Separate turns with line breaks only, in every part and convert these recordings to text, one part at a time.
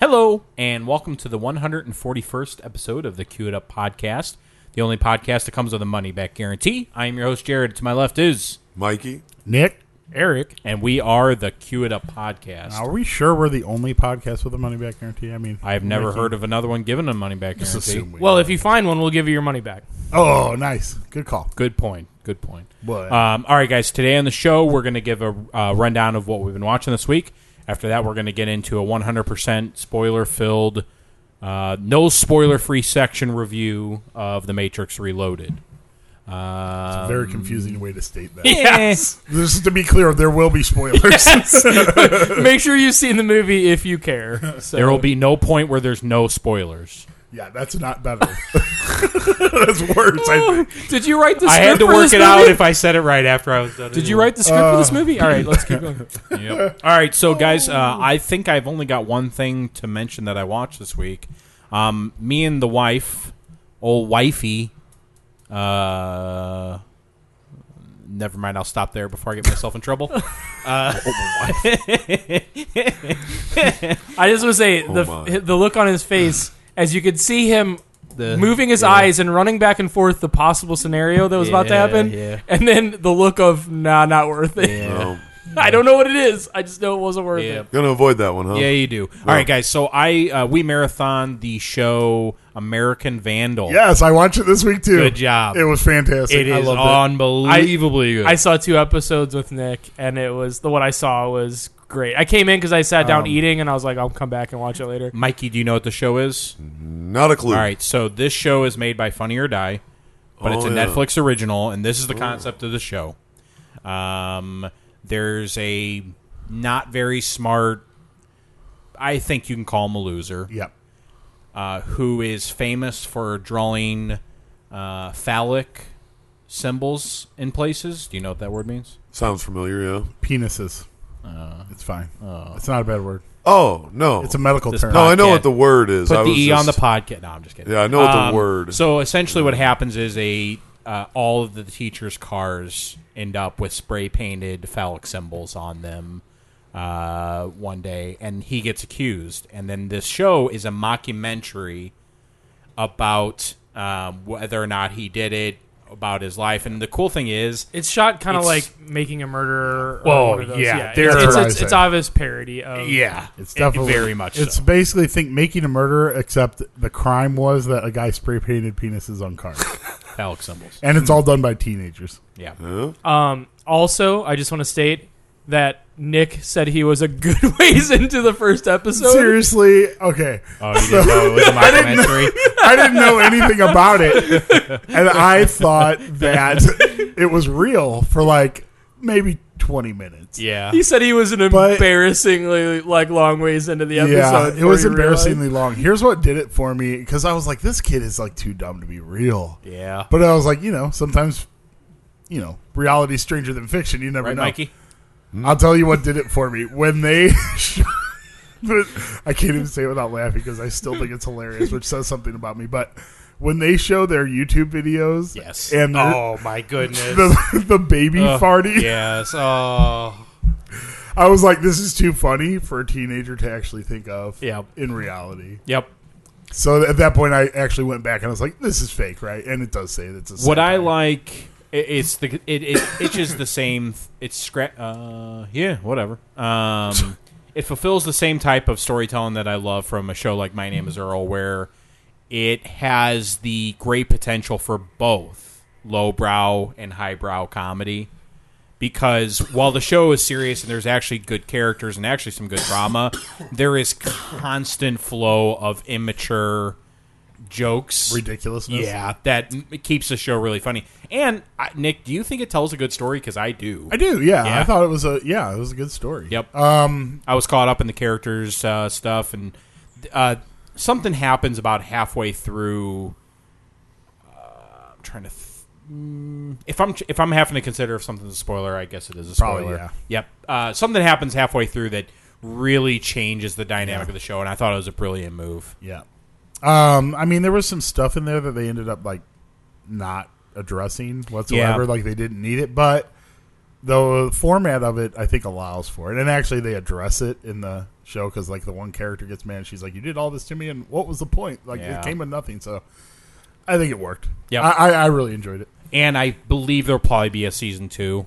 Hello, and welcome to the 141st episode of the Cue It Up podcast, the only podcast that comes with a money back guarantee. I am your host, Jared. To my left is,
Mikey,
Nick,
Eric.
and we are the Cue It Up podcast.
are we sure we're the only podcast with a money back guarantee? I mean,
I have never heard of another one giving a money back
Just
guarantee.
assume we
Well, if you find one, we'll give you your money back.
oh, nice, good call.
Good point. Good point.
What?
Um, all right, guys. Today on the show, we're going to give a uh, rundown of what we've been watching this week. After that, we're going to get into a 100% spoiler filled, uh, no spoiler free section review of The Matrix Reloaded. Uh,
Very confusing way to state that. Just to be clear, there will be spoilers.
Make sure you've seen the movie if you care. So.
There will be no point where there's no spoilers.
yeah, that's not better. that's worse. I think.
Did you write the
I
script?
had to
for
work
this
it out
movie?
if I said it right after I was done.
Did you write the script for this movie? All right, let's keep going.
Yep. All right, so guys, uh, I think I've only got one thing to mention that I watched this week. Um, me and the wife, old wifey. Uh, never mind. I'll stop there before I get myself in trouble.
I just want to say
Oh
my.
the the look on his face as you could see him
The-
moving his
yeah.
eyes and running back and forth the possible scenario that was about to
Yeah,
happen,
yeah.
and then the look of nah, not worth it.
um,
I don't know what it is. I just know it wasn't worth
Yeah.
it.
gonna avoid that one, huh?
yeah, you do. All right, guys. So I uh, we marathon the show American Vandal.
Yes, I watched it this week too.
Good job.
It was fantastic.
It
I
is
loved
unbelievably good.
I saw two episodes with Nick, and it was the one I saw was great. I came in because I sat
Um,
down eating, and I was like, I'll come back and watch it later.
Mikey, do you know what the show is?
Not a clue.
All right, so this show is made by Funny or Die, but it's a
Oh, yeah. Oh.
Netflix original, and this is the concept of the show. Um, there's a not very smart, I think you can call him a loser,
Yep.
uh, who is famous for drawing uh, phallic symbols in places. Do you know what that word means?
Sounds familiar, yeah.
Penises.
Uh,
it's fine. it's not a bad word.
Oh no,
It's a medical
This
term.
no. I know
podcast.
what the word is. I
Put the
was
E on the
just-
podcast. No, I'm just kidding.
Yeah, I know what the
Um,
word.
So essentially, what happens is a uh, all of the teachers' cars end up with spray painted phallic symbols on them uh, one day, and he gets accused. And then this show is a mockumentary about um, whether or not he did it, about his life. And the cool thing is,
It's shot kind of
It's-
like making a murderer. Or
Well,
one of those.
yeah,
it's,
there-
it's, it's,
Terrorizing.
it's obvious parody of
yeah,
It's
it-
definitely
very much.
It's
so.
basically think making a murderer, except the crime was that a guy spray painted penises on cars,
phallic symbols.
and it's all done by teenagers.
Yeah.
Huh?
Um, also, I just want to state that Nick said he was a good ways into the first episode.
Seriously, okay,
Oh, you didn't know it was a mockumentary.
I didn't know anything about it, and I thought that it was real for like maybe twenty minutes.
yeah.
He said he was an
But-
embarrassingly like long ways into the
Yeah,
episode.
it was
before he realized.
embarrassingly long. Here's what did it for me because I was like, this kid is like too dumb to be real.
Yeah.
But I was like, you know, sometimes, you know, reality's stranger than fiction. You never
Right,
know.
Mikey?
I'll tell you what did it for me when they. I can't even say it without laughing because I still think it's hilarious, which says something about me. But when they show their YouTube videos,
Yes.
and the-
Oh, my goodness.
the the baby
Ugh,
farting,
Yes. Oh.
I was like, this is too funny for a teenager to actually think of
Yep.
in reality.
Yep.
So at that point, I actually went back and I was like, this is fake, right? And it does say that it's a.
What I
satire.
like, i- it's the it it itches the same. It's scra- Uh, yeah, whatever. Um, it fulfills the same type of storytelling that I love from a show like My Name Is Earl, where it has the great potential for both lowbrow and highbrow comedy. because while the show is serious and there's actually good characters and actually some good drama, there is constant flow of immature jokes,
Ridiculousness?
Yeah, that m- keeps the show really funny. And I, Nick, do you think it tells a good story? Because I do.
I do, yeah.
Yeah.
I thought it was a yeah, it was a good story.
Yep.
Um,
I was caught up in the characters uh, stuff, and uh, something happens about halfway through. Uh, I'm trying to. Th- mm, if I'm if I'm having to consider if something's a spoiler, I guess it is a spoiler.
Probably, yeah.
Yep. Uh, something happens halfway through that really changes the dynamic of the show, and I thought it was a brilliant move.
yeah. Um, I mean, there was some stuff in there that they ended up like not addressing whatsoever.
Yeah.
Like they didn't need it, but the format of it, I think, allows for it. And actually, they address it in the show because, like, the one character gets mad. She's like, "You did all this to me, and what was the point? Like,
Yeah.
it came with nothing." So, I think it worked.
Yep.
I, I, I really enjoyed it.
and I believe there'll probably be a season two.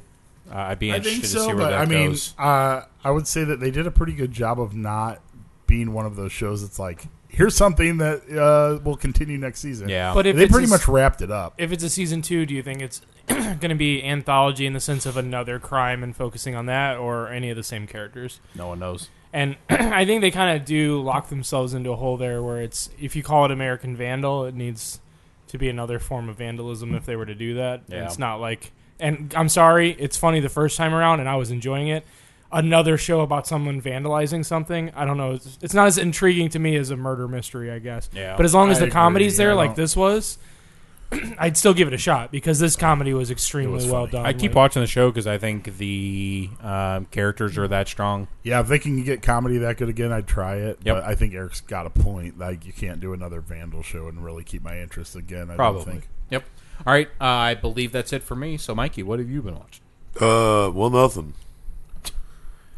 Uh, I'd be
I
interested
think
to
so,
see where
but
that
I mean,
goes.
uh, I would say that they did a pretty good job of not being one of those shows that's like, "Here's something that uh, will continue next season."
Yeah,
But if
they
it's
pretty
a-
much wrapped it up.
if it's a season two, do you think it's going to be anthology in the sense of another crime and focusing on that, or any of the same characters?
no one knows.
And I think they kind of do lock themselves into a hole there, where it's if you call it American Vandal, it needs to be another form of vandalism if they were to do that.
Yeah.
It's not like, and I'm sorry, it's funny the first time around, and I was enjoying it. Another show about someone vandalizing something. I don't know. It's, it's not as intriguing to me as a murder mystery, I guess.
Yeah,
But as long as
I
the
agree,
comedy's there,
yeah, I
like
don't-
this was, I'd still give it a shot because this comedy was extremely well done.
I keep
Like,
watching the show because I think the um, characters are that strong.
Yeah, if they can get comedy that good again, I'd try it.
Yep.
But I think Eric's got a point. Like you can't do another Vandal show and really keep my interest again. I
Probably.
don't think.
Yep. All right. Uh, I believe that's it for me. So, Mikey, what have you been watching?
Uh, well, nothing.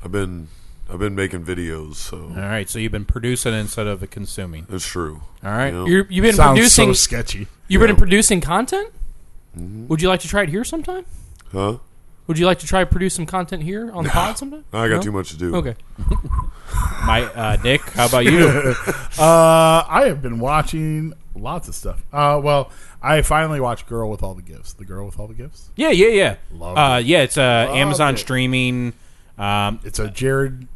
I've been I've been making videos,
All
so
right. So you've been producing instead of consuming.
it's true.
All right.
Yeah.
You're, you've been
Sounds
producing.
so sketchy.
you've
yeah. Mm-hmm.
been producing content. Would you like to try it here sometime?
Huh?
Would you like to try produce some content here on the pod sometime?
I got
No?
too much to do.
Okay.
My uh, Nick, how about you?
Uh, I have been watching lots of stuff. Uh, well, I finally watched Girl with All the Gifts. The Girl with All the Gifts.
yeah, yeah, yeah.
Loved
Uh, yeah, it's uh,
Loved
Amazon
it.
streaming um,
It's a Jared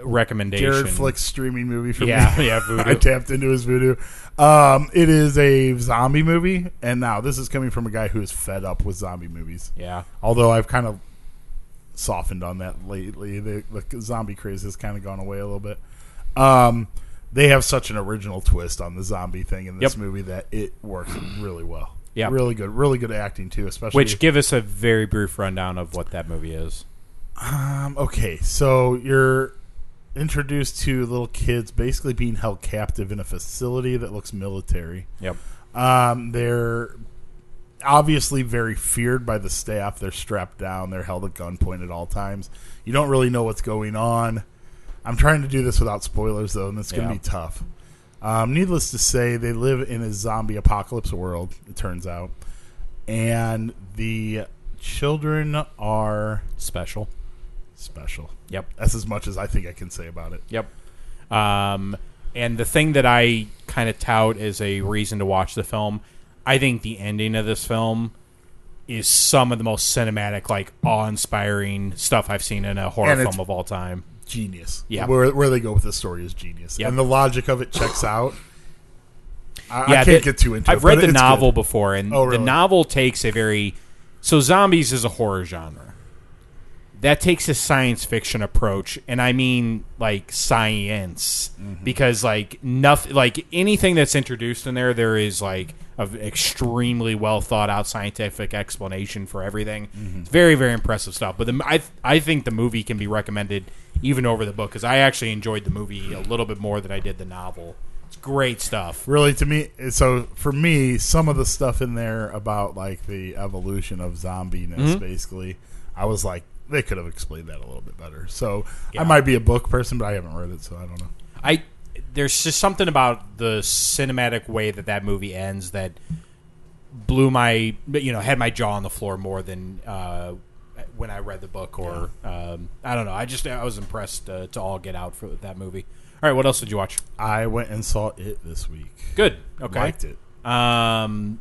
recommendation.
Jared Flick streaming movie for
Yeah,
me.
yeah,
I
voodoo.
tapped into his voodoo. Um, it is a zombie movie, and now this is coming from a guy who is fed up with zombie movies.
yeah.
Although I've kind of softened on that lately. The, the zombie craze has kind of gone away a little bit. Um, they have such an original twist on the zombie thing in this
Yep.
movie that it works really well.
Yeah.
really good, really good acting too. Especially
Which give us a very brief rundown of what that movie is.
um, okay, so you're introduced to little kids basically being held captive in a facility that looks military.
Yep.
Um, they're obviously very feared by the staff. They're strapped down. They're held at gunpoint at all times. You don't really know what's going on. I'm trying to do this without spoilers, though, and it's going
Yeah.
to be tough. Um, needless to say, they live in a zombie apocalypse world, it turns out. And the children are
Special.
special.
Yep.
That's as much as I think I can say about it.
Yep. Um, and the thing that I kind of tout as a reason to watch the film, I think the ending of this film is some of the most cinematic, like awe-inspiring stuff I've seen in a horror
And it's-
film of all time.
Genius.
Yeah.
Where, where they go with this story is genius.
Yep.
And the logic of it checks out. I, I
Yeah,
can't
the-
get too into it.
I've read
but
the
it's good.
novel before, and
Oh, really?
the novel takes a very so zombies is a horror genre. That takes a science fiction approach, and I mean like science,
Mm-hmm.
because like nothing, like anything that's introduced in there, there is like an extremely well thought out scientific explanation for everything.
Mm-hmm.
It's very very impressive stuff. But the, I I think the movie can be recommended even over the book because I actually enjoyed the movie a little bit more than I did the novel. It's great stuff.
really to me so for me some of the stuff in there about like the evolution of zombiness
Mm-hmm.
basically i was like they could have explained that a little bit better so
Yeah.
i might be a book person but i haven't read it so i don't know
I there's just something about the cinematic way that that movie ends that blew my you know had my jaw on the floor more than uh, when I read the book or um, I don't know I just I was impressed uh, to all get out for that movie. All right, what else did you watch?
i went and saw it this week
Good. Okay.
liked it
Um,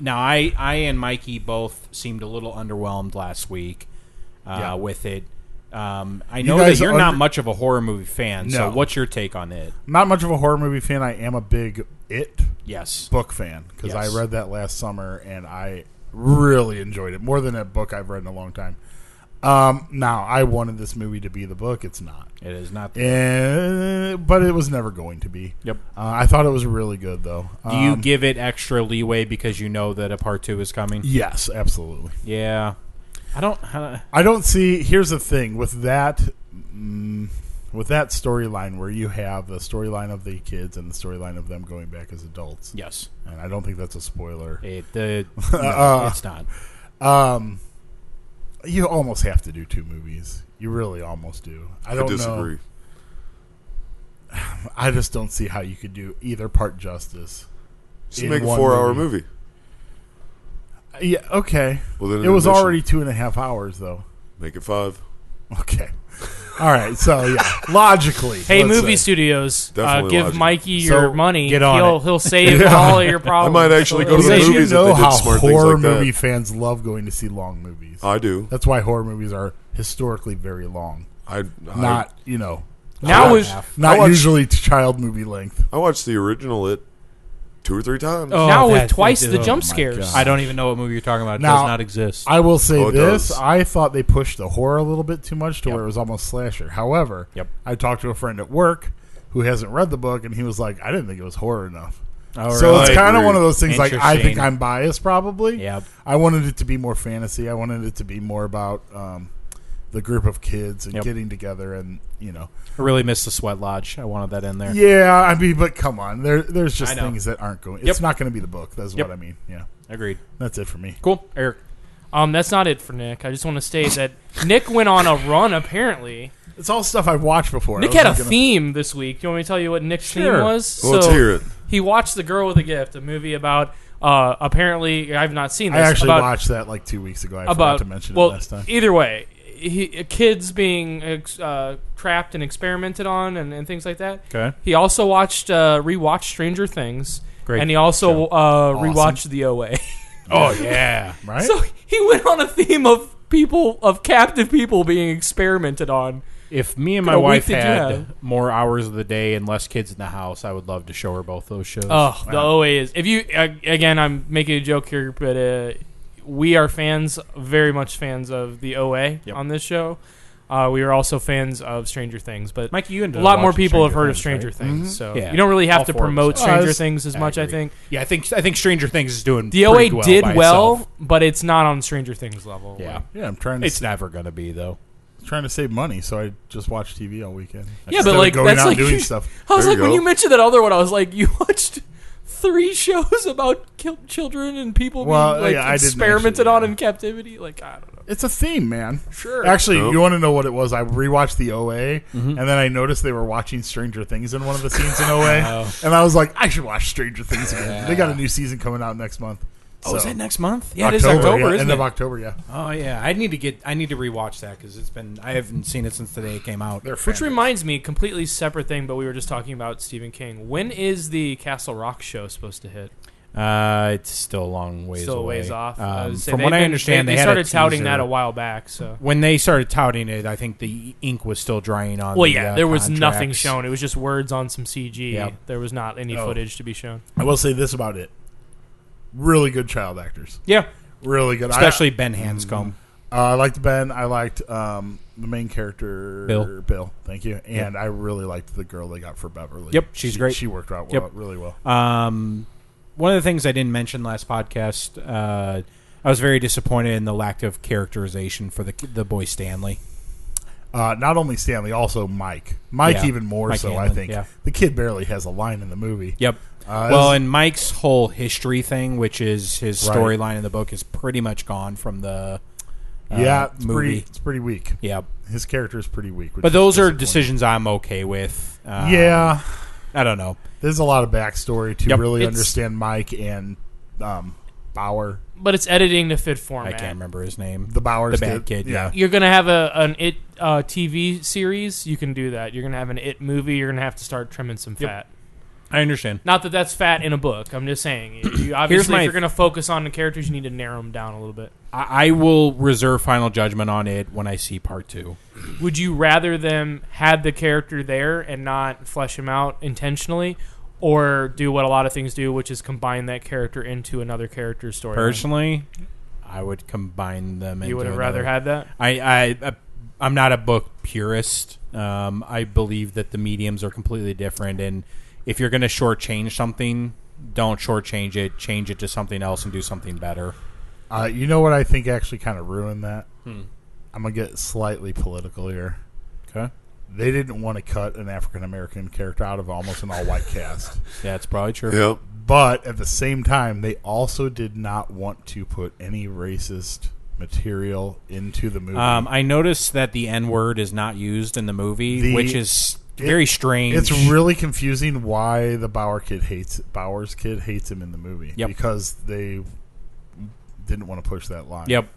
now I I and Mikey both seemed a little underwhelmed last week uh,
Yeah.
with it. Um, I know that
guys
you're not
under-
much of a horror movie fan, so
No.
what's your take on it?
not much of a horror movie fan i am a big it
Yes.
book fan because
Yes.
i read that last summer and i really enjoyed it more than a book i've read in a long time um, now i wanted this movie to be the book it's not
It is not the
Eh, but it was never going to be.
Yep.
Uh, I thought it was really good though.
Do you
Um,
give it extra leeway because you know that a part two is coming?
Yes, absolutely.
Yeah. I don't. Uh,
I don't see. Here's the thing with that, mm, with that storyline where you have the storyline of the kids and the storyline of them going back as adults.
yes.
And I don't think that's a spoiler.
It, the, no,
Uh,
it's not.
Um, you almost have to do two movies. You really almost do. I
I
don't
disagree.
know. I just don't see how you could do either part justice.
Just
In
make a
one
four-hour movie.
Uh, Yeah, okay.
Well, then
It was already two and a half hours though.
make it five.
Okay. All right. So yeah, logically.
Hey,
let's
movie
say.
studios, uh,
Definitely
give
logical.
Mikey
So,
your money.
get on
he'll
it.
he'll save all of your
I
problems.
might actually go to
You
the
guys
movies
know
if they
how
did smart things
horror
like that.
movie fans love going to see long movies.
I do.
That's why horror movies are historically very long.
I, I
Not you know,
now
Correct.
is
not
I watched-
usually to child movie length.
I watched the original it two or three times.
Oh,
now
that-
with twice
that-
the
oh
jump
my
scares.
God.
I don't even know what movie you're talking about. It
Now-
does not exist.
I will say
Oh, it
this:
does.
I thought they pushed the horror a little bit too much to
Yep.
where it was almost slasher. However,
Yep.
I talked to a friend at work who hasn't read the book, and he was like, "I didn't think it was horror enough."
Oh,
so
really?
it's
I
kind of
agree.
one of those things. Like I think
Interesting.
I'm biased, probably.
Yep.
I wanted it to be more fantasy. I wanted it to be more about um, the group of kids and
Yep.
getting together, and you know,
I really missed the sweat lodge. I wanted that in there.
yeah. I mean, but come on, there, there's just
I know.
things that aren't going.
Yep.
It's not going to be the book. That's
Yep.
what I mean. Yeah,
Agreed.
that's it for me.
Cool, Eric.
Um, that's not it for Nick. I just want to state that Nick went on a run. Apparently,
It's all stuff I've watched before. I
Nick had a
wasn't gonna-
theme this week. Do you want me to tell you what Nick's
Sure.
theme was?
Well, let's hear it.
He watched The Girl with a Gift, a movie about. Uh, apparently, I've not seen
I
this.
actually
about,
watched that like two weeks ago. I forgot
about
to mention
well,
it last time.
Either way, he, kids being ex- uh, trapped and experimented on and, and things like that.
Okay.
He also watched uh, rewatched Stranger Things.
Great
And he also uh, rewatched The OA.
Oh yeah, right.
so he went on a theme of people of captive people being experimented on.
If me and my
What kind of week
wife
did you
had
have?
more hours of the day and less kids in the house, I would love to show her both those shows.
Oh, the OA is. If you ag- again, I'm making a joke here, but uh, we are fans, very much fans of the OA
Yep.
on this show. Uh, we are also fans of Stranger Things, but
Mike, you ended
a
up
lot more
watching
people have heard of
Stranger Mm-hmm.
Stranger Things, so
Yeah.
you don't really have
All
to
four
promote
episodes.
Stranger
Oh, that's-
Things as
I
much. I
agree.
think
Yeah, I think I think Stranger Things is doing
the
pretty
OA
well
did
by
well,
itself.
but it's not on Stranger Things level.
Yeah,
Like-
yeah, I'm trying to
it's never gonna be though.
trying to save money, so I just watch TV all weekend.
Yeah,
Instead
but
of
like
going
that's
out
like
doing
you-
stuff.
I was
There you
like when
go.
you mentioned that other one, I was like, you watched three shows about kill- children and people
Well,
being like
yeah, I didn't
experimented
actually,
on
yeah.
in captivity. Like I don't know.
It's a theme, man.
Sure.
Actually,
Nope.
you want to know what it was? I rewatched the OA,
Mm-hmm.
and then I noticed they were watching Stranger Things in one of the scenes in OA, and I was like, I should watch Stranger Things again. They got a new season coming out next month.
Oh, is
So-
that next month? Yeah,
October,
it is October,
yeah,
isn't
end
it?
of October. Yeah,
oh yeah, I need to get I need to rewatch that because it's been I haven't seen it since the day it came out.
They're
Which
fan-
reminds me, completely separate thing, but we were just talking about Stephen King. When is the Castle Rock show supposed to hit?
Uh, it's still a long ways
Still a
away.
ways off.
Um,
I would say
from
they've
what I
been-
understand,
they,
they, had
started
a
touting
teaser.
that a while back. So,
when they started touting it, I think the ink was still drying on. the,
well, yeah,
uh,
there was nothing
contracts.
shown. It was just words on some CG.
Yep.
There was not any
Oh.
footage to be shown.
I will say this about it: really good child actors,
Yeah,
really good. I-
especially Ben Hanscom.
Uh, I liked Ben. I liked um, the main character,
Bill.
Bill, thank you. And I really liked the girl they got for Beverly.
Yep, she's
She-
great.
She worked out
Yep.
well, really well.
Um, one of the things I didn't mention last podcast, uh, I was very disappointed in the lack of characterization for the the boy Stanley.
Uh, not only Stanley, also Mike. Mike
Yeah,
even more
Mike
so. I
Hanlon,
think
yeah.
the kid barely has a line in the movie.
Yep.
Uh,
well,
it's-
and Mike's whole history thing, which is his
Right.
storyline in the book, is pretty much gone from the uh,
yeah, it's
movie.
pretty. It's pretty weak.
Yeah,
His character is pretty weak. which
but
is
those are
disappointing. Uh,
decisions I'm okay with. Um,
yeah,
I don't know.
there's a lot of backstory to
Yep,
really
it's-
understand Mike and um, Bauer,
But it's editing to fit
I
format.
can't remember his name.
the Bowers,
The bad kid, yeah.
You're gonna have a an it uh, TV series. You can do that. You're gonna have an it movie. You're gonna have to start trimming some
Yep.
fat.
I understand.
Not that that's fat in a book. I'm just saying. You, you obviously,
my-
if you're going to focus on the characters, you need to narrow them down a little bit.
I, I will reserve final judgment on it when I see part two.
Would you rather them had the character there and not flesh him out intentionally, or do what a lot of things do, which is combine that character into another character's story?
Personally, I would combine them.
you would
into
have rather
another-
had that.
I, I, I I'm not a book purist. Um, I believe that the mediums are completely different, and if you're going to shortchange something, don't shortchange it. Change it to something else and do something better.
Uh, you know what I think actually kind of ruined that?
Hmm.
I'm going to get slightly political here.
Okay,
They didn't want to cut an African American character out of almost an all white cast.
that's probably true.
Yep.
But at the same time, they also did not want to put any racist material into the movie.
Um, I noticed that the N word is not used in the movie,
The-
which is
it-
very strange.
It's really confusing why the Bauer kid hates Bauer's kid hates him in the movie
Yep.
because they didn't want to push that line.
Yep.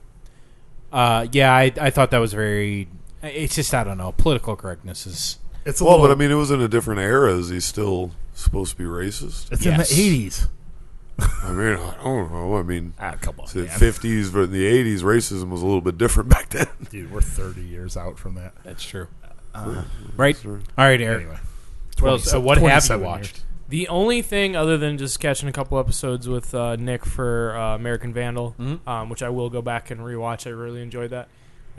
Uh, yeah, I, I thought that was very. It's just I don't know. Political correctness is
It's a
Well,
little,
but I mean, it was in a different era. Is he still supposed to be racist?
it's
Yes.
in the eighties.
I mean, I don't know. I mean,
Ah, come on,
it's the
man.
50s, but in the 80s, racism was a little bit different back then.
dude, we're thirty years out from that.
that's true. right. All right, Eric.
Anyway,
Well, so what have you
27
watched?
years.
The only thing other than just catching a couple episodes with uh, Nick for uh, American Vandal,
Mhm.
um, which I will go back and rewatch. I really enjoyed that.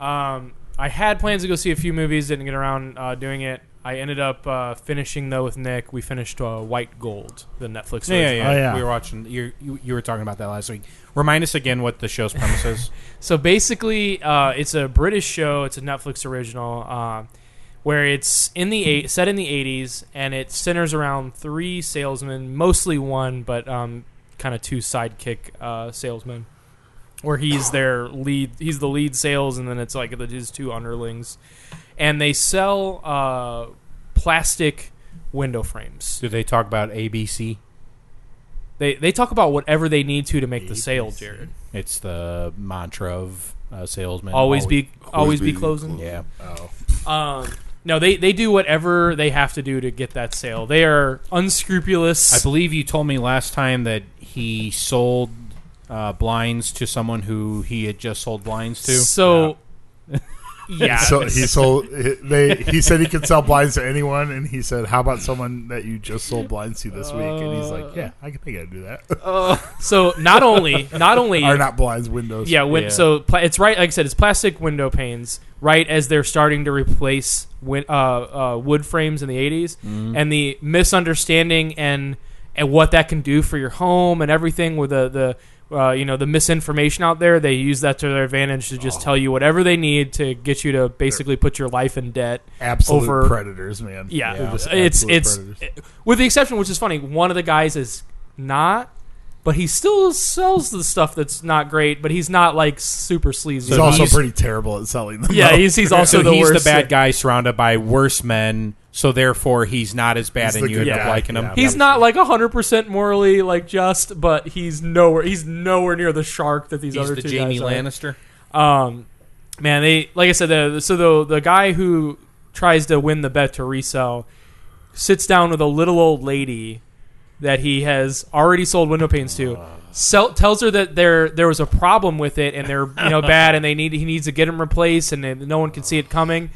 Um, I had plans to go see a few movies, didn't get around uh, doing it. I ended up uh, finishing though with Nick. We finished uh, White Gold, the Netflix.
Yeah, yeah,
version.
yeah.
Oh, yeah.
We were watching. You, you you were talking about that last week. Remind us again what the show's premise is.
So basically, uh, it's a British show. It's a Netflix original, uh, where it's in the eight, set in the '80s, and it centers around three salesmen, mostly one, but um, kind of two sidekick uh, salesmen, where he's their lead. He's the lead sales, and then it's like the, his two underlings, and they sell uh, plastic window frames.
Do they talk about ABC?
They they talk about whatever they need to to make the sale,
ABC.
Jared.
It's the mantra of uh, salesman.
Always be always be
be
closing.
Yeah.
Oh,
Um, no, they, they do whatever they have to do to get that sale. They are unscrupulous.
I believe you told me last time that he sold uh, blinds to someone who he had just sold blinds to.
So, yeah.
so he sold. he- They he said he could sell blinds to anyone, and he said, "How about someone that you just sold blinds to this week?" And he's like, "Yeah, I can think I can do that."
so not only not only
Are not blinds windows?
yeah, when,
Yeah.
so pla- it's right. Like I said, it's plastic window panes. Right as they're starting to replace win, uh, uh, wood frames in the '80s, and the misunderstanding and and what that can do for your home and everything with the the uh, you know the misinformation out there. They use that to their advantage to just tell you whatever they need to get you to basically put your life in debt.
absolute
Over-
predators, man.
Yeah,
Yeah.
It's- it's
Absolute
it's
predators.
with the exception, which is funny. One of the guys is not, but he still sells the stuff that's not great. But he's not like super sleazy.
He's
But
also pretty terrible at selling them.
yeah,
though.
he's he's also
so
the
he's
worst.
the bad guy surrounded by worse men. So therefore, he's not as bad,
He's
and
the
you end
good
up
guy,
liking him.
yeah.
He's not like hundred percent morally like just, but he's nowhere. He's nowhere near the shark that these
He's
other
the
two
Jamie
guys
Lannister.
are. Um, man, they like I said. The, so the the guy who tries to win the bet to resell sits down with a little old lady that he has already sold window panes to. Sell, tells her that there there was a problem with it and they're you know bad and they need he needs to get them replaced and then no one can see it coming.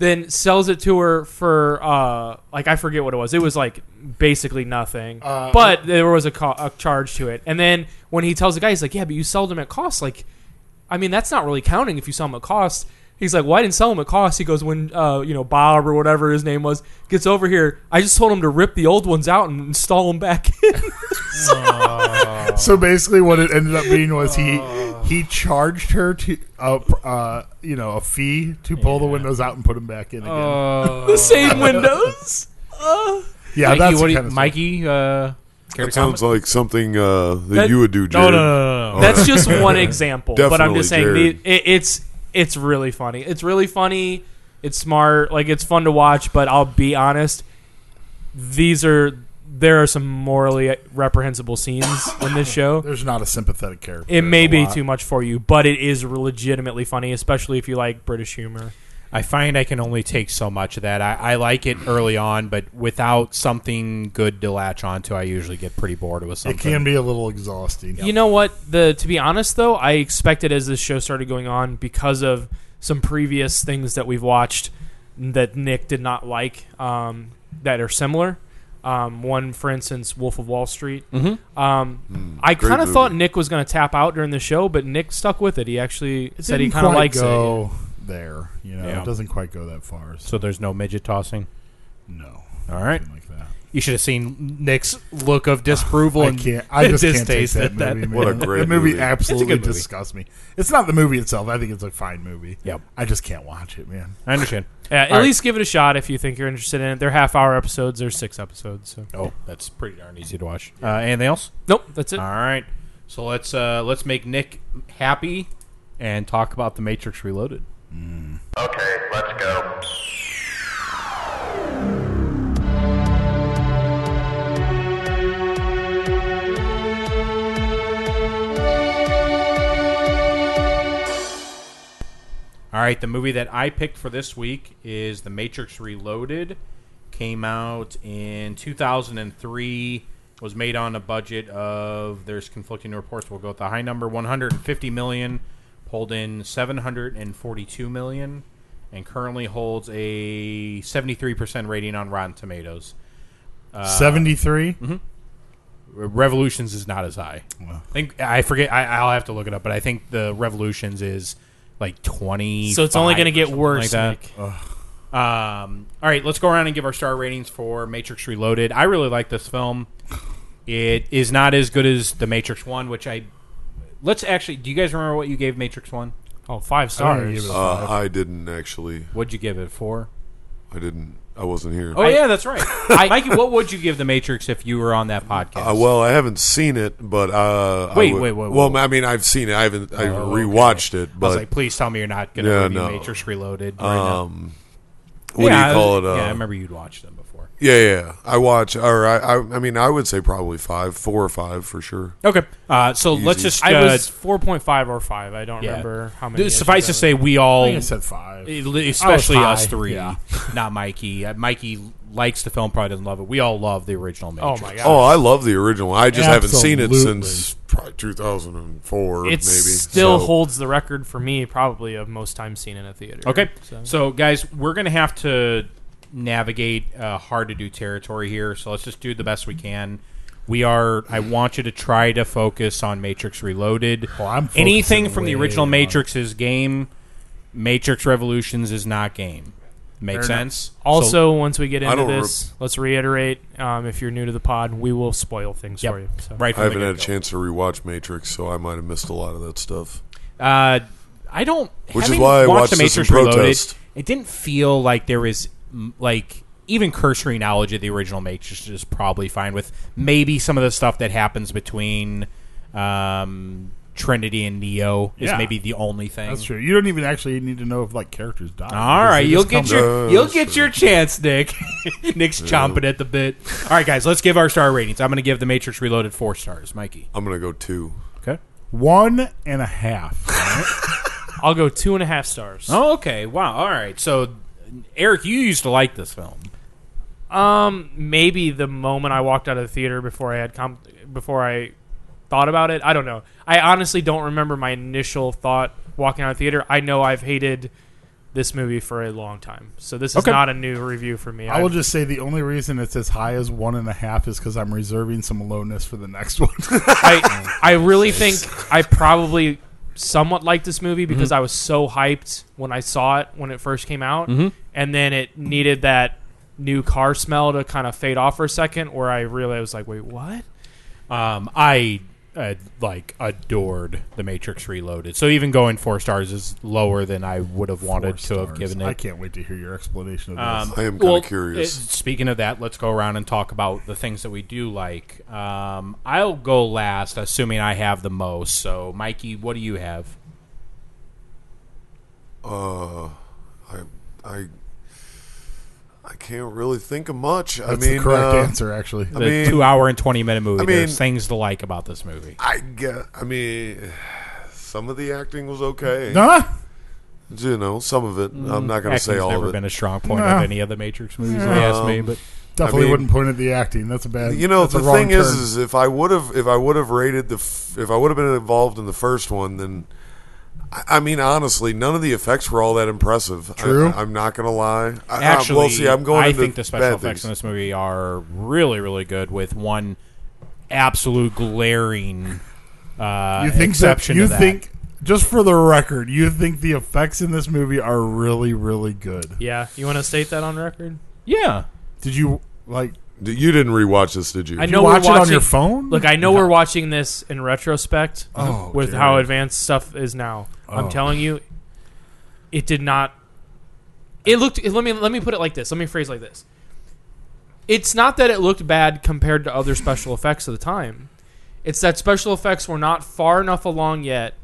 Then sells it to her for uh like I forget what it was. It was like basically nothing,
Uh,
but there was a, co- a charge to it. And then when he tells the guy, he's like, "Yeah, but you sold them at cost. Like I mean, that's not really counting if you sell him at cost. He's like, well, I didn't sell him at cost. He goes, when, uh, you know, Bob or whatever his name was gets over here, I just told him to rip the old ones out and install them back in.
So basically, what it ended up being was he
Oh.
he charged her to uh, pr- uh you know a fee to pull the windows out and put them back in again.
Uh,
the same windows. Uh,
yeah,
Mikey,
that's
what
the
do you,
kind of
Mikey uh, care to
That sounds
comment?
like something uh, that,
That-
you would do,
No,
Jared.
no,
Uh,
no, no, no.
that's just one example. but I'm just saying,
Definitely,
the, it, it's it's really funny. It's really funny. It's smart. Like it's fun to watch. But I'll be honest, these are there are some morally reprehensible scenes in this show.
stuff. There's not a sympathetic character.
It may
a
be
lot.
too much for you, but it is legitimately funny, especially if you like British humor.
I find I can only take so much of that. I, I like it early on, but without something good to latch onto, I usually get pretty bored with
It
something.
can be a little exhausting.
You know what? The to be honest though, I expected as this show started going on because of some previous things that we've watched that Nick did not like um, that are similar. Um, one, for instance, Wolf of Wall Street. Mm-hmm. Um,
Hmm.
I
great
kind of
movie.
thought Nick was going to tap out during the show, but Nick stuck with it. He actually
It
said he
didn't
kind of
quite
likes it.
go there. You know,
Yeah.
it doesn't quite go that far. So
So there's no midget tossing.
no,
All right,
nothing like that.
you should have seen Nick's look of disapproval
I
and
can't. I just can't take
distaste
that
at
movie.
What a
man.
great
That movie.
movie.
Absolutely
movie.
disgusts me. It's not the movie itself. I think it's a fine movie.
Yep.
I just can't watch it, man.
I understand.
Yeah, at
All right.
least give it a shot if you think you're interested in it. They're half hour episodes. They're six episodes. So
Oh, that's pretty darn easy to watch. Uh, anything else?
nope, that's it.
All right. So let's uh, let's make Nick happy and talk about The Matrix Reloaded.
Okay, let's go.
All right, the movie that I picked for this week is The Matrix Reloaded. Came out in 2003. Was made on a budget of there's conflicting reports. We'll go with the high number 150 million, pulled in 742 million, and currently holds a 73% rating on Rotten Tomatoes.
Seventy three.
Revolutions is not as high. I think I forget. I, I'll have to look it up, but I think the Revolutions is like twenty.
So it's only going to get worse.
Like
Nick.
that. Um, all right, let's go around and give our star ratings for Matrix Reloaded. I really like this film. It is not as good as the Matrix One, which I let's actually. Do you guys remember what you gave Matrix One?
Oh, five
I don't
stars.
give it a-
Uh, I didn't actually.
What'd you give it for?
I didn't. I wasn't here.
Oh yeah, that's right, Mikey. What would you give the Matrix if you were on that podcast?
Uh, well, I haven't seen it, but uh, I
Wait,
would-
wait, wait,
Well,
wait.
I mean, I've seen it. I haven't. I
Oh,
haven't
okay.
rewatched it,
I was
but
like, please tell me you're not going to
Yeah,
review
no.
Matrix Reloaded. Right now.
um, what do
Yeah,
you call it?
I-
Uh,
yeah, I remember you'd watched them before.
Yeah, yeah. I watch, or I, I, I mean, I would say probably five, four or five for sure.
Okay, uh, so let's
Easy.
just.
I
uh,
was four point five or five. I don't
Yeah.
remember how many.
th- suffice to
issues
say, we
I
all,
think I said five.
especially
I was
us
high,
three,
yeah.
not Mikey. Uh, Mikey likes the film, probably doesn't love it. We all love the original
I
Matrix.
was- Oh my god!
Oh, I love the original. I just haven't seen it
Absolutely.
since probably 2004,
it
maybe.
still
So,
holds the record for me, probably of most times seen in a theater.
Okay,
So.
so guys, we're gonna have to navigate uh, hard to do territory here. So let's just do the best we can. We are. I want you to try to focus on Matrix Reloaded.
Oh, I'm
Anything
focusing
from the
way
original
on-
Matrix is game. Matrix Revolutions is not game. Make
Fair
sense.
Also,
So-
once we get into
don't re-
this, let's reiterate: um, if you're new to the pod, we will spoil things for you. So.
right.
I
From
haven't
the
had a
get-go.
chance to rewatch Matrix, so I might have missed a lot of that stuff.
Uh, I don't.
Which is
having
why I
watched
watched
the
this in
Matrix Reloaded,
protest.
It didn't feel like there was mm, like even cursory knowledge of the original Matrix is probably fine with maybe some of the stuff that happens between um, Trinity and Neo is
Yeah.
maybe the only thing.
That's true. You don't even actually need to know if like characters die.
All right, you'll get
come-
your
Yeah,
you'll
that's
get
true.
your chance, Nick. Nick's chomping at the bit. All right, guys, let's give our star ratings. I'm going to give The Matrix Reloaded four stars, Mikey.
I'm gonna go two.
Okay.
one and a half.
I'll go two and a half stars.
Oh, okay. Wow. All right. So, Eric, you used to like this film.
Um, maybe the moment I walked out of the theater before I had com- before I thought about it. I don't know. I honestly don't remember my initial thought walking out of the theater. I know I've hated this movie for a long time, so this is
Okay.
not a new review for me.
I will
I've-
just say the only reason it's as high as one and a half is because I'm reserving some lowness for the next one.
I I really think I probably somewhat liked this movie
Mm-hmm.
because I was so hyped when I saw it when it first came out,
Mm-hmm.
and then it needed that new car smell to kind of fade off for a second, where I really was like, wait, what?
Um, I uh, like adored The Matrix Reloaded. So even going four stars is lower than I would have wanted to
Four
have
stars.
given
I
it.
can't wait to hear your explanation of this.
Um,
I am kinda curious.
it- speaking of that, let's go around and talk about the things that we do like. Um, I'll go last, assuming I have the most. So, Mikey, what do you have?
Uh, I, I, I can't really think of much. I
That's
mean,
the correct
uh,
answer, actually.
I
The
mean,
two-hour and twenty-minute movie.
I
There's
mean-
things to like about this movie.
I get. I mean, some of the acting was okay.
Nah,
You know, some of it. I'm not gonna say
Acting's
all
never
of it.
been a strong point
Nah.
of any of the Matrix movies. if you ask me,
Um,
but
definitely
I mean-
wouldn't point at the acting. That's a bad.
You know,
Uh, that's a
the
wrong
thing is,
turn.
is if I would have, if I would have rated the, f- if I would have been involved in the first one, then, I, I mean, honestly, none of the effects were all that impressive.
True.
I, am not gonna lie. I,
Actually,
I, Uh, well, see, I'm going.
I
into
think the special
bad
effects in
things.
this movie are really, really good. With one absolute glaring uh,
you think
exception.
that, you
to that.
think just for the record, you think the effects in this movie are really, really good.
Yeah, you want to state that on record?
Yeah.
Did you like?
D- You didn't rewatch this, did you?
I
Did
know
you
we're
watch it on
watching-
your phone?
Look, I know we're watching this in retrospect
Oh,
with
dear.
how advanced stuff is now.
Oh.
I'm telling you, it did not. It looked. Let me let me put it like this. Let me phrase it like this. It's not that it looked bad compared to other special effects of the time. It's that special effects were not far enough along yet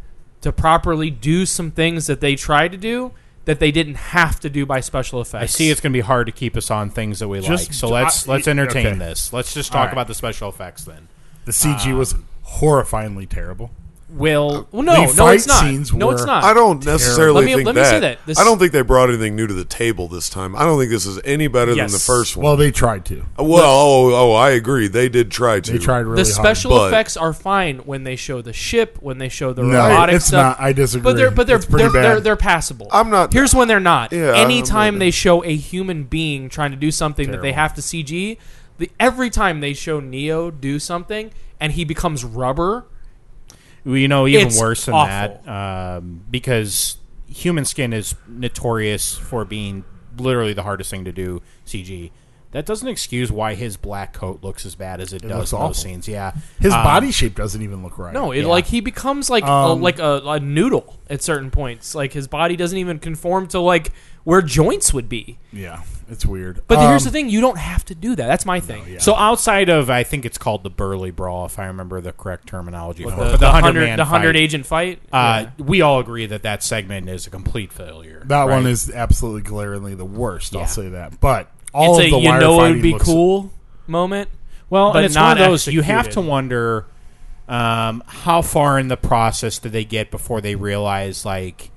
to properly do some things that they tried to do that they didn't have to do by special effects.
I see it's going to be hard to keep us on things that we
Just-
like. So let's
I-
let's entertain
okay.
this. Let's just
All
talk
right.
about the special effects then.
The CG was
Um,
horrifyingly terrible.
Will
Well, no,
uh, The
no, it's
fight
not.
scenes
no, it's
were-
not.
I don't necessarily
Let me-
think
let me
that.
say that. This-
I don't think they brought anything new to the table this time. I don't think this is any better
Yes.
than the first one.
Well, they tried to.
Well, oh, oh, I agree. They did try to.
They tried really
the
hard.
special
but-
effects are fine when they show the ship, when they show the
No,
robotic
it's
stuff.
not. I disagree.
But they're but they're
It's pretty
they're,
bad.
they're they're passable.
I'm not-
Here's when they're not.
Yeah, I
Anytime
don't-
they show a human being trying to do something that they
Terrible.
have to CG, the every time they show Neo do something and he becomes rubber,
Well, you know, even
It's
worse than
awful.
that, um, because human skin is notorious for being literally the hardest thing to do CG. That doesn't excuse why his black coat looks as bad as it,
looks
does in
awful.
those scenes. Yeah,
His
Um,
body shape doesn't even look right.
uh, no, it
Yeah.
like he becomes like a,
Um,
like a, a noodle at certain points. Like his body doesn't even conform to like where joints would be.
Yeah, it's weird.
But here's the
Um,
thing: you don't have to do that. That's my thing.
yeah.
So outside of, I think it's called the Burley Brawl, if I remember the correct terminology. for it,
The,
but
the
hundred
hundred
man
the hundred
fight,
agent fight.
Uh, We all agree that that segment is a complete failure.
That
right?
one is absolutely glaringly the worst.
Yeah.
I'll say that. But
yeah.
all
it's
of the
a you
wire
know it would
fighting
be
looks-
cool moment.
Well,
but
and it's
not
one of those you have to
executed.
wonder um, how far in the process did they get before they realize like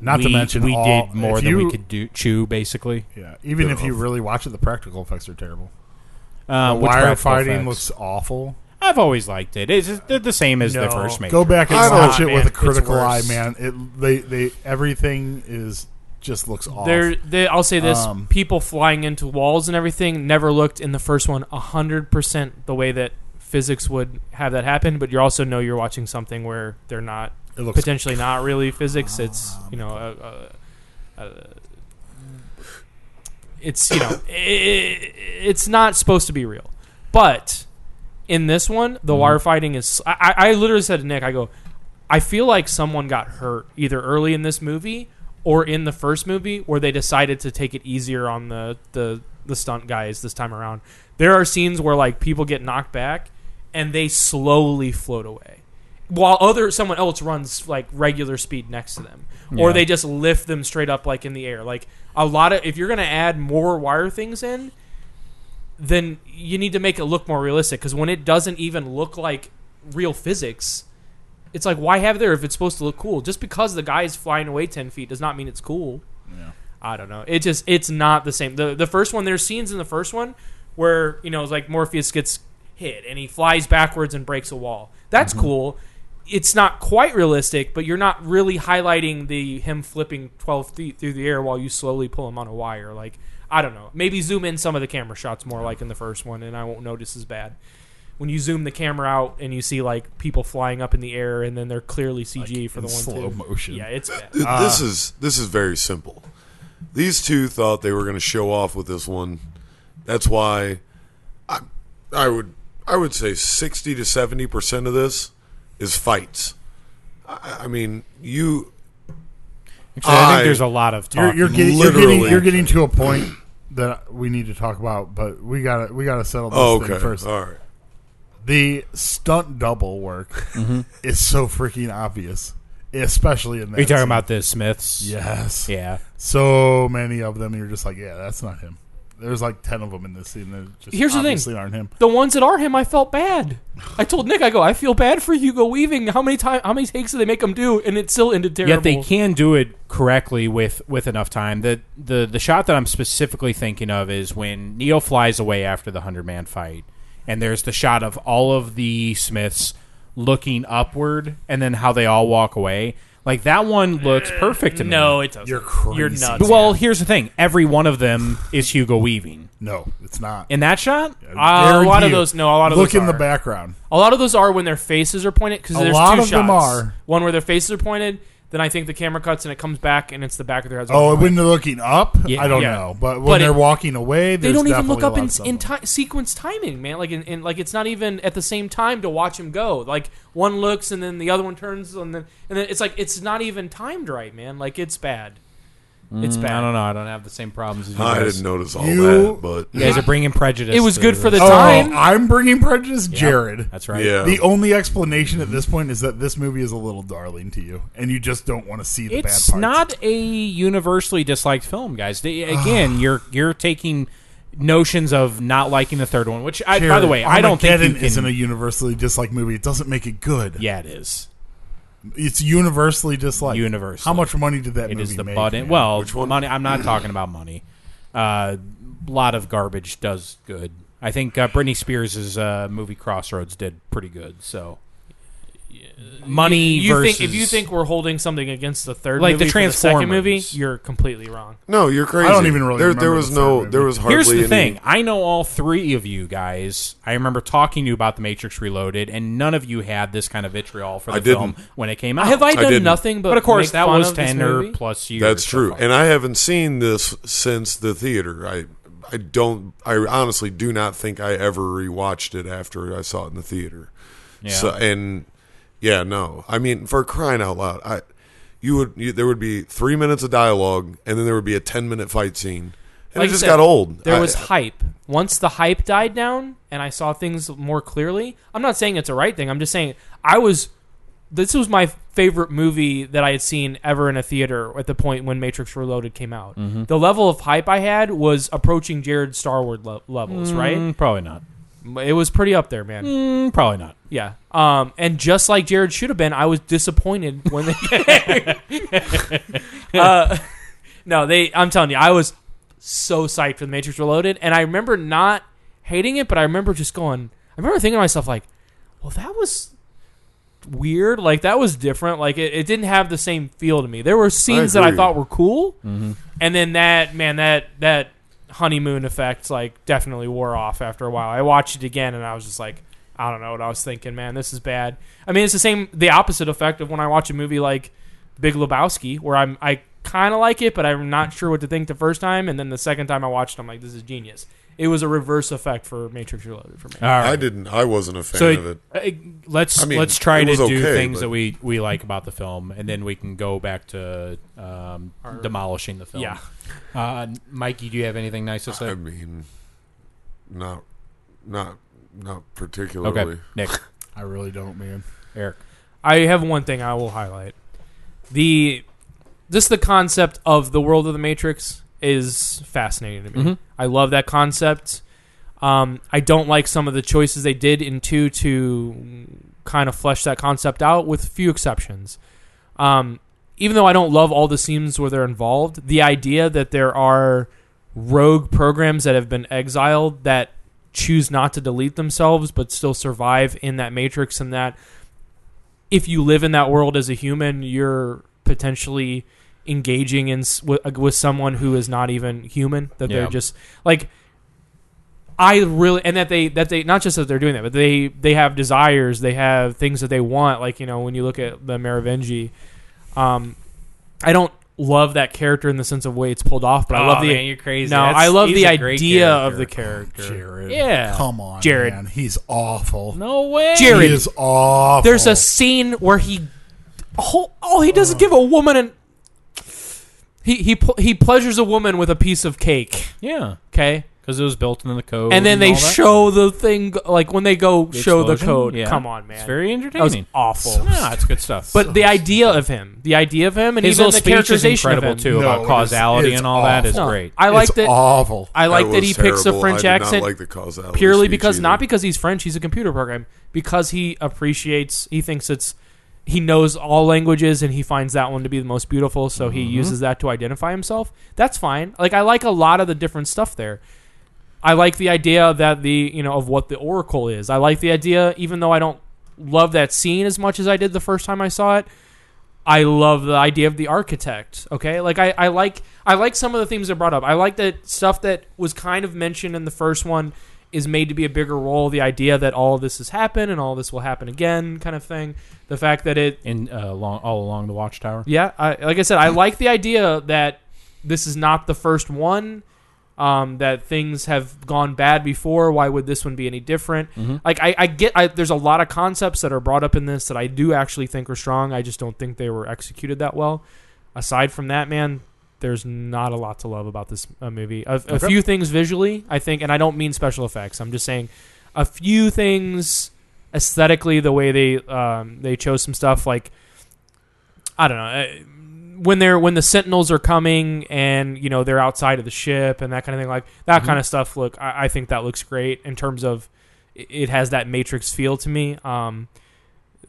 Not to
we-
mention
we
all-
did more
if
than
you-
we could do chew basically.
Yeah, even if you really watch it, the practical effects are terrible.
Uh, which
wire
practical
fighting
effects?
looks awful.
I've always liked it. It's just- they're the same as the
No.
first Matrix.
Go back and
I don't-
watch it
man,
with a
it's
critical eye,
worse.
man. It they they everything is just looks off.
There, they, I'll say this:
Um,
people flying into walls and everything never looked in the first one hundred percent the way that physics would have that happen. But you also know you're watching something where they're not
it looks
potentially not really physics. It's you know, a,
Um,
a, a, it's you know, i i it's not supposed to be real. But in this one, the wire fighting is. I, I I literally said to Nick, I go, I feel like someone got hurt either early in this movie or in the first movie where they decided to take it easier on the the the stunt guys this time around. There are scenes where like people get knocked back and they slowly float away while other someone else runs like regular speed next to them or
Yeah.
they just lift them straight up like in the air like a lot of if you're going to add more wire things in then you need to make it look more realistic because when it doesn't even look like real physics it's like why have it there if it's supposed to look cool just because the guy's flying away 10 feet does not mean it's cool i don't know it just it's not the same the, the first one there's scenes in the first one where you know it's like morpheus gets hit and he flies backwards and breaks a wall that's
Mm-hmm.
cool it's not quite realistic but you're not really highlighting the him flipping 12 feet through the air while you slowly pull him on a wire like i don't know maybe zoom in some of the camera shots more like in the first one and i won't notice as bad when you zoom the camera out and you see like people flying up in the air and then they're clearly CG for
in
the one
slow
two.
motion.
Yeah, it's bad.
Th-
Ah.
this is this is very simple. These two thought they were going to show off with this one. That's why I, I would I would say sixty to seventy percent of this is fights. I, I mean, you
Actually, I,
I-
think there's a lot of
you're,
talking.
you're getting you're getting
Literally.
you're getting to a point that we need to talk about, but we gotta we gotta settle this
oh,
thing
okay,
first.
all right.
The stunt double work is so freaking obvious, especially in that.
Are you talking
scene.
about the Smiths?
Yes.
Yeah.
So many of them, you're just like, yeah, that's not him. There's like ten of them in this scene that just
Here's the thing.
obviously aren't him.
The ones that are him, I felt bad. I told Nick, I go, I feel bad for Hugo Weaving. How many time, how many takes do they make him do, and it still ended terrible.
Yet they can do it correctly with, with enough time. The, the the shot that I'm specifically thinking of is when Neo flies away after the hundred man fight, and there's the shot of all of the Smiths looking upward, and then how they all walk away. Like that one looks perfect to me.
No, it doesn't.
You're crazy.
You're nuts.
But, well, here's the thing: every one of them is Hugo Weaving
No, it's not.
in that shot.
I
Uh, a lot
guarantee
of
you.
those. No, a lot of
Look
those
in the
are.
background.
A lot of those are when their faces are pointed because
A
there's
lot
two
of
shots.
them are.
One where their faces are pointed, then I think the camera cuts and it comes back and it's the back of their heads.
Oh, when they're looking up,
Yeah.
I don't
Yeah.
know. But when
But it-
they're walking away,
they
there's
don't even look
definitely a
up
lot
in,
of stuff.
in ti- sequence timing, man. Like, in, in, like it's not even at the same time to watch him go. Like one looks and then the other one turns and then and then it's like it's not even timed right, man. Like it's bad. It's
Mm, I
bad.
don't know. I don't have the same problems as you
I
guys.
didn't notice all
You-
that, but
You guys are bringing prejudice.
It was
to
good for the
this.
Oh,
time.
I'm bringing prejudice, Jared.
That's right.
Yeah.
The only explanation at this point is that this movie is a little darling to you, and you just don't want to see the bad parts.
It's not a universally disliked film, guys. They- Again, you're you're taking notions of not liking the third one, which I, by the way, I don't think you
Armageddon
can.
isn't a universally disliked movie. It doesn't make it good.
yeah, it is.
It's universally disliked.
Universally.
How much money did that
It
movie
is the
make?
butt end.
man?
Well,
Which one?
money. I'm not talking about money. A lot of garbage does good. I think uh, Britney Spears' uh, movie Crossroads did pretty good. So money
you
versus
think if you think we're holding something against the third
Like
movie
the
for the second movie,
Transformers.
you're completely wrong.
no, you're crazy.
I don't even really
There, there
remember
was
the
no.
third
There was hardly.
Here's the
any,
thing. I know all three of you guys. I remember talking to you about The Matrix Reloaded, and none of you had this kind of vitriol for the
I
film
didn't.
when it came out.
Have I done
didn't.
nothing but
But of course,
make
that
fun
was
of this
ten or
movie?
plus years.
That's
so
true,
far.
and I haven't seen this since the theater. I, I don't. I honestly do not think I ever rewatched it after I saw it in the theater.
Yeah.
So and yeah, no. I mean, for crying out loud, I you would you, there would be three minutes of dialogue, and then there would be a ten minute fight scene, and
Like
it
you
just
said,
got old.
There
I-
was hype. Once the hype died down and I saw things more clearly, I'm not saying it's a right thing. I'm just saying I was. This was my favorite movie that I had seen ever in a theater at the point when Matrix Reloaded came out. The level of hype I had was approaching Jared Starward le- levels,
Mm, probably not.
right? It was pretty up there, man.
Mm, probably not.
Yeah. Um, and just like Jared should have been, I was disappointed when they. uh, no, they. I'm telling you, I was so psyched for the Matrix Reloaded, and I remember not hating it, but I remember just going. I remember thinking to myself like, "Well, that was weird. Like that was different. Like it, it didn't have the same feel to me. There were scenes that I
agree.
thought were cool, and then that man that that honeymoon effect like definitely wore off after a while. I watched it again and I was just like, I don't know what I was thinking, man. This is bad. I mean, it's the same the opposite effect of when I watch a movie like Big Lebowski where I'm I kind of like it, but I'm not sure what to think the first time, and then the second time I watched, it, I'm like, this is genius. It was a reverse effect for Matrix Reloaded for me.
All right.
I didn't. I wasn't a fan
so
of it.
uh, let's
I mean,
let's try
it
to
was
do
okay,
things
but-
that we, we like about the film, and then we can go back to um, demolishing the film.
Yeah.
Uh, Mikey, do you have anything nice to say?
I mean, not, not, not particularly.
okay, Nick,
I really don't, man.
Eric.
I have one thing I will highlight. The just the concept of the world of the Matrix is fascinating to me.
Mhm.
I love that concept. Um, I don't like some of the choices they did in two to kind of flesh that concept out, with few exceptions. Um, even though I don't love all the scenes where they're involved, the idea that there are rogue programs that have been exiled that choose not to delete themselves but still survive in that matrix and that if you live in that world as a human, you're potentially engaging in s- with, with someone who is not even human. That
Yeah.
they're just like I really and that they that they not just that they're doing that, but they they have desires, they have things that they want. Like you know, when you look at the Merovingi, um, I don't love that character in the sense of way it's pulled off, but I love the
Oh, you're crazy.
no, I love the idea of the character.
Jared.
Yeah.
Come on,
Jared.
man. He's awful.
No way.
Jared.
He is awful.
There's a scene where he, oh, oh he doesn't give a woman an. He he pl- he pleasures a woman with a piece of cake.
Yeah,
Okay,
because it was built into the code,
and then
all
they
that.
show the thing like when they go
The
show the
explosion?
code.
Yeah.
Come on, man,
It's very
that was Ah,
entertaining.
awful.
Nah, it's good stuff.
But the idea of him, the idea of him, and
his
even
little
the
speech is
characterization
incredible
of him.
too
No,
about
it is-
causality
it's
and all that is
No,
great.
I like
it's
that.
Awful.
I like
That
that
was
he picks a
terrible.
French
I did
accent
Not like the causality
purely
speech
because
either.
not because he's French, he's a computer program. Because he appreciates, he thinks it's, he knows all languages, and he finds that one to be the most beautiful. So he uses that to identify himself. That's fine. Like I like a lot of the different stuff there. I like the idea that the you know of what the Oracle is. I like the idea, even though I don't love that scene as much as I did the first time I saw it. I love the idea of the architect. Okay, like I, I like I like some of the themes that brought up. I like that stuff that was kind of mentioned in the first one is made to be a bigger role. The idea that all of this has happened and all this will happen again, kind of thing. The fact that it
in uh, along all along the watchtower.
yeah, I, like I said, I like the idea that this is not the first one. Um, that things have gone bad before. Why would this one be any different? Like I, I get, I, there's a lot of concepts that are brought up in this that I do actually think are strong. I just don't think they were executed that well. Aside from that, man, there's not a lot to love about this uh, movie. A, a few things visually, I think, and I don't mean special effects. I'm just saying a few things aesthetically, the way they um, they chose some stuff, like I don't know. uh, When they're when the sentinels are coming and you know they're outside of the ship and that kind of thing, like that kind of stuff. Look, I, I think that looks great in terms of it- it has that Matrix feel to me. Um,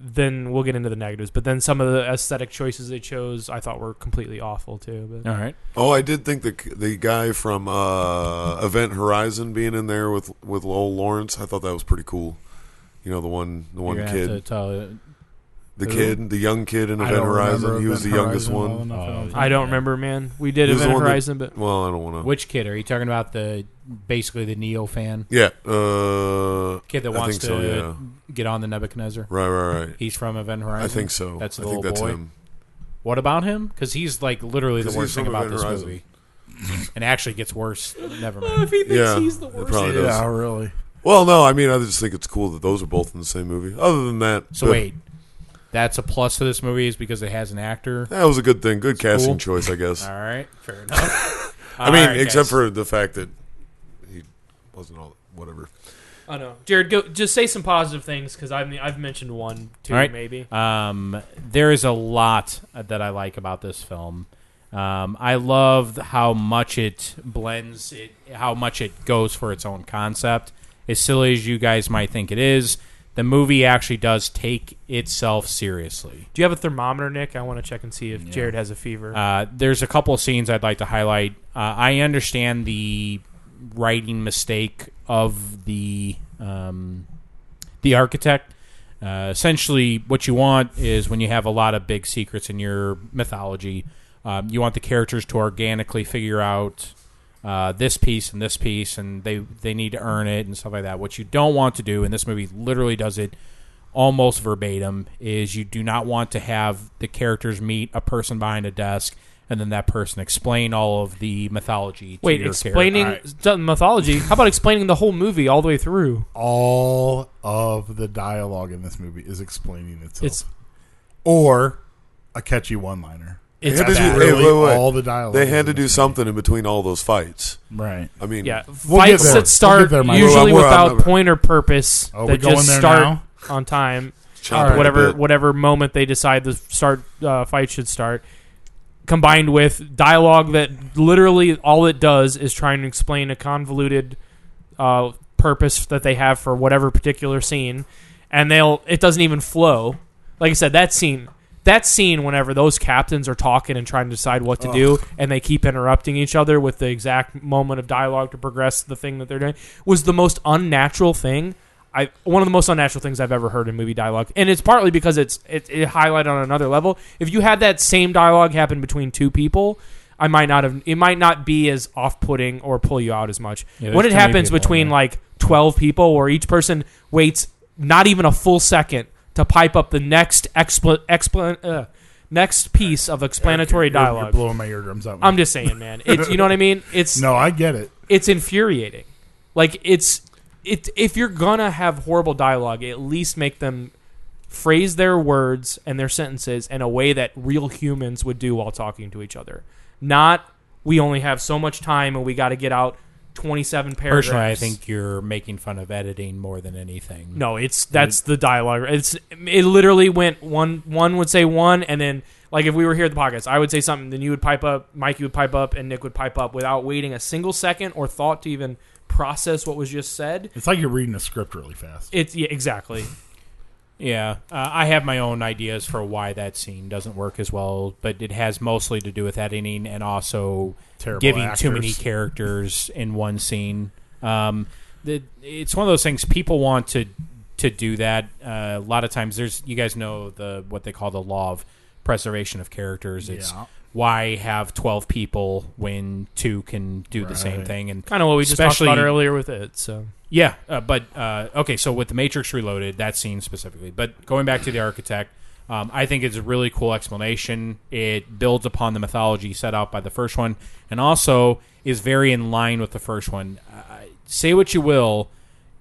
then we'll get into the negatives, but then some of the aesthetic choices they chose, I thought were completely awful too. But
All right.
Oh, I did think the the guy from uh, Event Horizon being in there with with Lowell Lawrence. I thought that was pretty cool. You know the one the one
You're gonna have to
kid,
tell it.
the
who?
kid, the young kid in
I
Event
don't
Horizon.
remember
He was the
Event
youngest one.
Horizon well enough, I don't
Oh,
think.
I don't remember, man. We did
He was the
Event
one that-
Horizon, but
Well, I don't want to.
Which kid are you talking about? The basically the Neo fan
Yeah, uh,
kid that
I
wants
think so.
to
Yeah,
get on the Nebuchadnezzar.
right, right, right.
He's from Event Horizon.
I think so.
That's the
I think
little
that's
boy.
him.
What about him? Because he's like literally the
'Cause
worst
he's
thing
from
about
Event
this
Horizon.
movie, and actually gets worse. Never mind.
if he thinks
Yeah,
he's the
it
worst,
probably does.
Yeah, really.
Well, no, I mean, I just think it's cool that those are both in the same movie. Other than that,
So
but
wait, that's a plus to this movie is because it has an actor.
that was a good thing. Good casting
cool.
choice, I guess.
All right, fair enough.
I mean, except for the fact that he wasn't all whatever.
I know. Jared, go just say some positive things because I've I've mentioned one, two,
All right.
maybe.
Um, there is a lot that I like about this film. Um, I love how much it blends, it, how much it goes for its own concept. As silly as you guys might think it is, the movie actually does take itself seriously.
Do you have a thermometer, Nick? I want to check and see if Jared has a fever.
Uh, there's a couple of scenes I'd like to highlight. Uh, I understand the writing mistake of the um, the architect. Uh, essentially, what you want is when you have a lot of big secrets in your mythology, um, you want the characters to organically figure out uh, this piece and this piece, and they they need to earn it and stuff like that. What you don't want to do, and this movie literally does it almost verbatim, is you do not want to have the characters meet a person behind a desk and then that person explain all of the mythology. To
Wait,
your character.
explaining the mythology. How about explaining the whole movie all the way through?
All of the dialogue in this movie is explaining itself,
It's
or a catchy one-liner.
They
It's
had to do,
bad.
hey,
Really,
wait, wait.
all the dialogue.
They had to
in
do
this
something in between all those fights.
movie. right?
I mean,
yeah,
We'll get
fights
there. We'll
that start
get there, Mike.
usually
We're on- we're on-
without point or purpose
Oh, we're
that
going
just
there
start
now?
on time.
chop it a
whatever
bit.
whatever moment they decide the start uh, fight should start, combined with dialogue that literally all it does is trying to explain a convoluted uh, purpose that they have for whatever particular scene, and they'll it doesn't even flow. Like I said, that scene. That scene, whenever those captains are talking and trying to decide what to do, and they keep interrupting each other with the exact moment of dialogue to progress the thing that they're doing, was the most unnatural thing I one of the most unnatural things I've ever heard in movie dialogue, and it's partly because it's it, it highlighted on another level. If you had that same dialogue happen between two people, I might not have. It might not be as off putting or pull you out as much.
Yeah, there's
when it
too many
happens
people in
between
there.
like twelve people, where each person waits not even a full second to pipe up the next expl- expl- uh, next piece of explanatory
You're- you're
dialogue.
blowing my eardrums out.
I'm just saying, man. It's you know what I mean. It's
no, I get it.
it's infuriating. Like it's it if you're gonna have horrible dialogue, at least make them phrase their words and their sentences in a way that real humans would do while talking to each other. Not we only have so much time and we got to get out 27 paragraphs.
Personally, I think you're making fun of editing more than anything.
No, it's that's the dialogue. It's it literally went one one would say one, and then like if we were here at the podcast, I would say something, then you would pipe up, Mikey would pipe up, and Nick would pipe up without waiting a single second or thought to even process what was just said.
It's like you're reading a script really fast.
It's yeah, exactly.
Yeah, uh, I have my own ideas for why that scene doesn't work as well, but it has mostly to do with editing and also
Terrible
giving too
actors.
many characters in one scene. Um, the, it's one of those things people want to to do that. Uh, a lot of times, there's you guys know the what they call the law of preservation of characters. It's
Yeah.
why have twelve people when two can do the same
Right.
thing, and
Kind of what we just
Especially-
talked about earlier with it. So
yeah, uh, but uh, okay. So with the Matrix Reloaded, that scene specifically. But going back to the architect, um, I think it's a really cool explanation. It builds upon the mythology set out by the first one, and also is very in line with the first one. Uh, say what you will,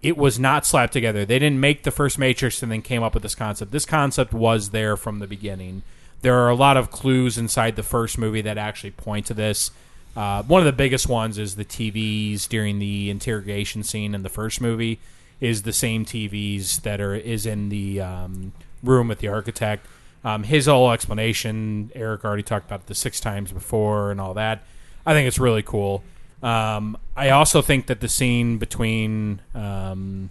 it was not slapped together. They didn't make the first Matrix and then came up with this concept. This concept was there from the beginning. There are a lot of clues inside the first movie that actually point to this. Uh, one of the biggest ones is the TVs during the interrogation scene in the first movie is the same TVs that are is in the um, room with the architect. Um, his whole explanation, Eric already talked about it the six times before and all that. I think it's really cool. Um, I also think that the scene between um,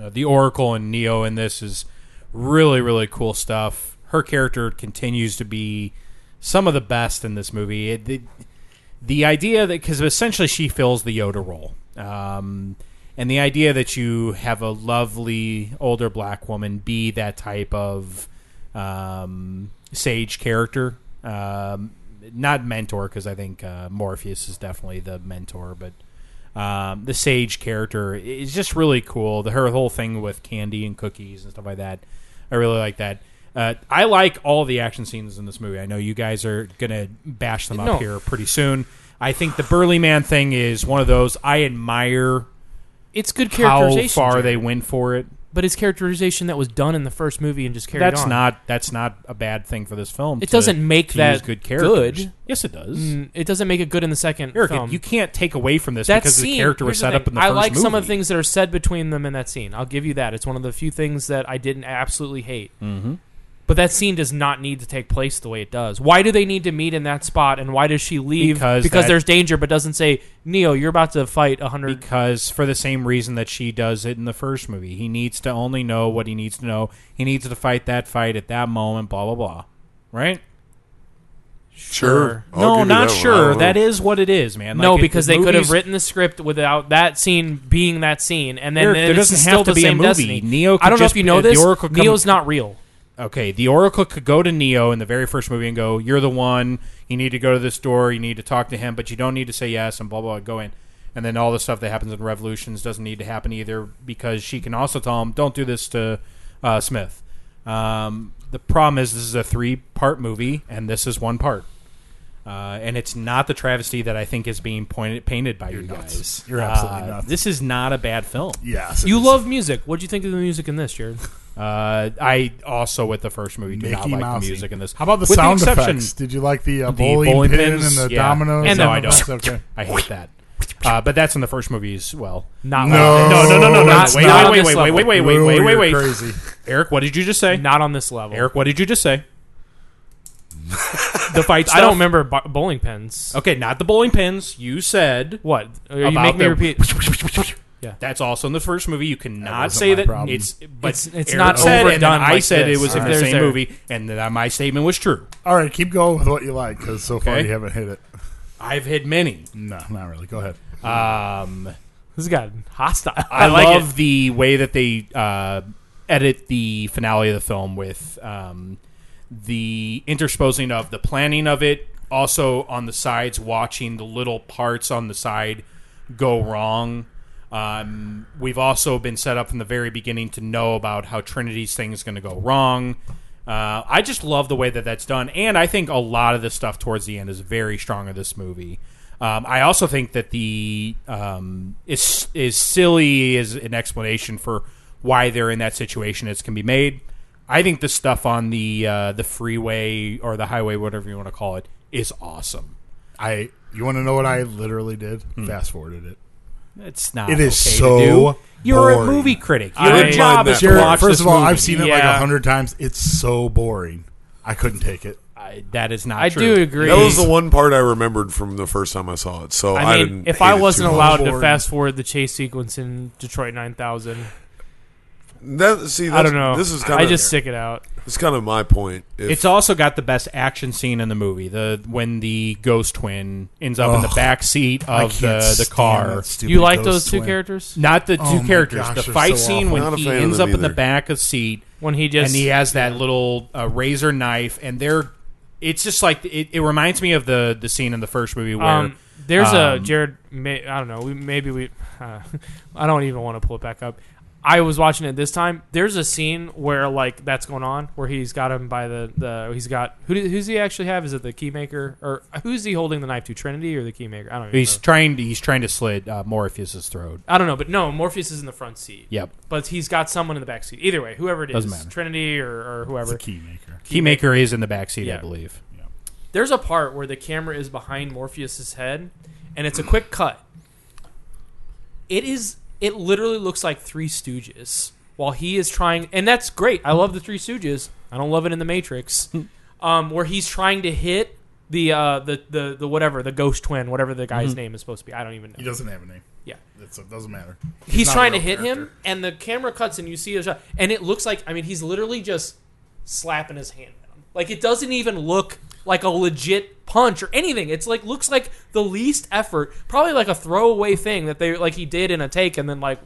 uh, the Oracle and Neo in this is really, really cool stuff. Her character continues to be some of the best in this movie. It, the, the idea that because essentially she fills the Yoda role, um, and the idea that you have a lovely older black woman be that type of um, sage character, um, not mentor because I think uh, Morpheus is definitely the mentor, but um, the sage character is just really cool. The, her whole thing with candy and cookies and stuff like that, I really like that. Uh, I like all the action scenes in this movie. I know you guys are gonna bash them up
No.
here pretty soon. I think the Burly Man thing is one of those I admire
It's good
how
characterization.
far
Jared.
they went for it.
but it's characterization that was done in the first movie and just carried
That's
on.
not that's not a bad thing for this film.
It
to-
doesn't make
to
that
use good characters.
good.
Yes, it does.
Mm, It doesn't make it good in the second
Eric,
film.
you can't take away from this
that
because
scene,
the character was
here's
set
thing.
up in the
I
first
like some of the
movie.
things that are said between them in that scene. I'll give you that. It's one of the few things that I didn't absolutely hate. Mm-hmm. But that scene does not need to take place the way it does. Why do they need to meet in that spot? And why does she leave?
Because that-
there's danger, but doesn't say Neo, you're about to fight a hundred.
because for the same reason that she does it in the first movie, he needs to only know what he needs to know. He needs to fight that fight at that moment. Blah blah blah. Right?
Sure. I'll give
no,
you
not
that one. I
sure.
don't
That
know.
is what it is, man.
no,
Like, it-
because
the
they could have
movies-
written the script without that scene being that scene, and then
Eric,
then
there
it's
doesn't
still
have to
the
be a
same
movie.
destiny.
Neo
I
could
don't know
just
if you
be-
know
the
this.
Oracle come-
Neo's not real.
Okay, the Oracle could go to Neo in the very first movie and go, "You're the one. You need to go to this door. You need to talk to him, but you don't need to say yes." And blah blah. blah go in, and then all the stuff that happens in Revolutions doesn't need to happen either because she can also tell him, "Don't do this to uh, Smith." Um, the problem is this is a three-part movie, and this is one part, uh, and it's not the travesty that I think is being pointed painted by you
nuts.
guys.
You're absolutely
Uh,
nuts.
This is not a bad film.
Yes,
You
it's
love music. What do you think of the music in this, Jared?
Uh, I also with the first movie do not
Mickey
like
Mouse.
the music in this.
How about the
With
sound
exception-
effects? Did you like the, uh,
the
bowling,
bowling
pin
pins,
and the
yeah.
dominoes?
And
no,
the-
I don't. Okay.
I hate that. Uh, but that's in the first movie as well.
Not
No.
No, no, no, no, no.
Not-
wait,
not on
wait,
this
wait, wait,
level.
wait, wait, wait, wait,
Whoa,
wait,
you're
wait.
Crazy.
Eric, what did you just say?
not on this level.
Eric, what did you just say? the fight.
I don't
stuff?
remember bo- bowling pins.
Okay, not the bowling pins. You said
What? Are you
About
make me
the-
repeat.
that's also in the first movie. You cannot
wasn't
say
my
that
problem.
it's. But
It's- it's
Eric
not
said, and then
overdone
I
like
said
this.
it was in the
There's
same
there.
movie, and that my statement was true.
All right, keep going with what you like because so far
Okay.
you haven't hit it.
I've hit many.
No, not really. Go ahead.
Um,
This got hostile.
I,
I, like
love
it.
the way that they uh, edit the finale of the film with um, the intersposing of the planning of it, also on the sides watching the little parts on the side go wrong. Um, we've also been set up from the very beginning to know about how Trinity's thing is going to go wrong. Uh, I just love the way that that's done, and I think a lot of the stuff towards the end is very strong in this movie. Um, I also think that the um, is is silly is an explanation for why they're in that situation as can be made. I think the stuff on the uh, the freeway or the highway, whatever you want to call it, is awesome.
I. You want to know what I literally did? Fast forwarded it.
It's not.
It is
okay to
so
do. You're
boring.
a movie critic.
I
Your
didn't
job
mind
is
that
to
part.
watch
first
this
of all,
movie.
I've seen it like
Yeah.
a hundred times. It's so boring. I couldn't take it.
I, that is not.
I
true.
do agree.
That was the one part I remembered from the first time I saw it. So Oh, I,
I mean,
didn't
if
hate
I
it
wasn't
too
allowed
much.
to fast forward the chase sequence in Detroit 9000,
that see,
I
that's-
don't know.
This is kind
I
of
just stick it out.
It's kind of my point. If,
It's also got the best action scene in the movie. The when the ghost twin ends up in the
Ugh.
back seat
I
of
can't
the the
stand
car.
that stupid
You like
ghost
those two
twin.
characters?
Not the two
Oh my
characters.
gosh,
the
they're
fight
so
scene
awful.
when
Not a
he
fan of
ends up
them
in the
either.
back of seat
When he just
and he has that little uh, razor knife, and they're. It's just like it, it reminds me of the the scene in the first movie where
um, there's a
um,
Jared. May, I don't know. We, maybe we. Uh, I don't even want to pull it back up. I was watching it this time. There's a scene where like that's going on, where he's got him by the the he's got who do- who's he actually have? Is it the keymaker or who's he holding the knife to? Trinity or the keymaker? I don't. Even
He's
know.
trying to he's trying to slit uh, Morpheus's throat.
I don't know, but no, Morpheus is in the front seat.
Yep.
but he's got someone in the back seat. Either way, whoever it is,
Doesn't matter.
Trinity or, or
It's
whoever.
a key maker.
Keymaker is in the back seat,
Yeah.
I believe.
There's a part where the camera is behind Morpheus's head, and it's a quick cut. It is. It literally looks like Three Stooges while he is trying, and that's great. I love the Three Stooges. I don't love it in the Matrix, um, where he's trying to hit the uh, the the the whatever the ghost twin, whatever the guy's name is supposed to be. I don't even know.
He doesn't have a name.
Yeah.
It's, it doesn't matter.
he's
not a
trying to
real
hit him
character.
and the camera cuts and you see a shot and it looks like i mean he's literally just slapping his hand down like it doesn't even look like a legit punch or anything it's like looks like the least effort probably like a throwaway thing that they like he did in a take and then like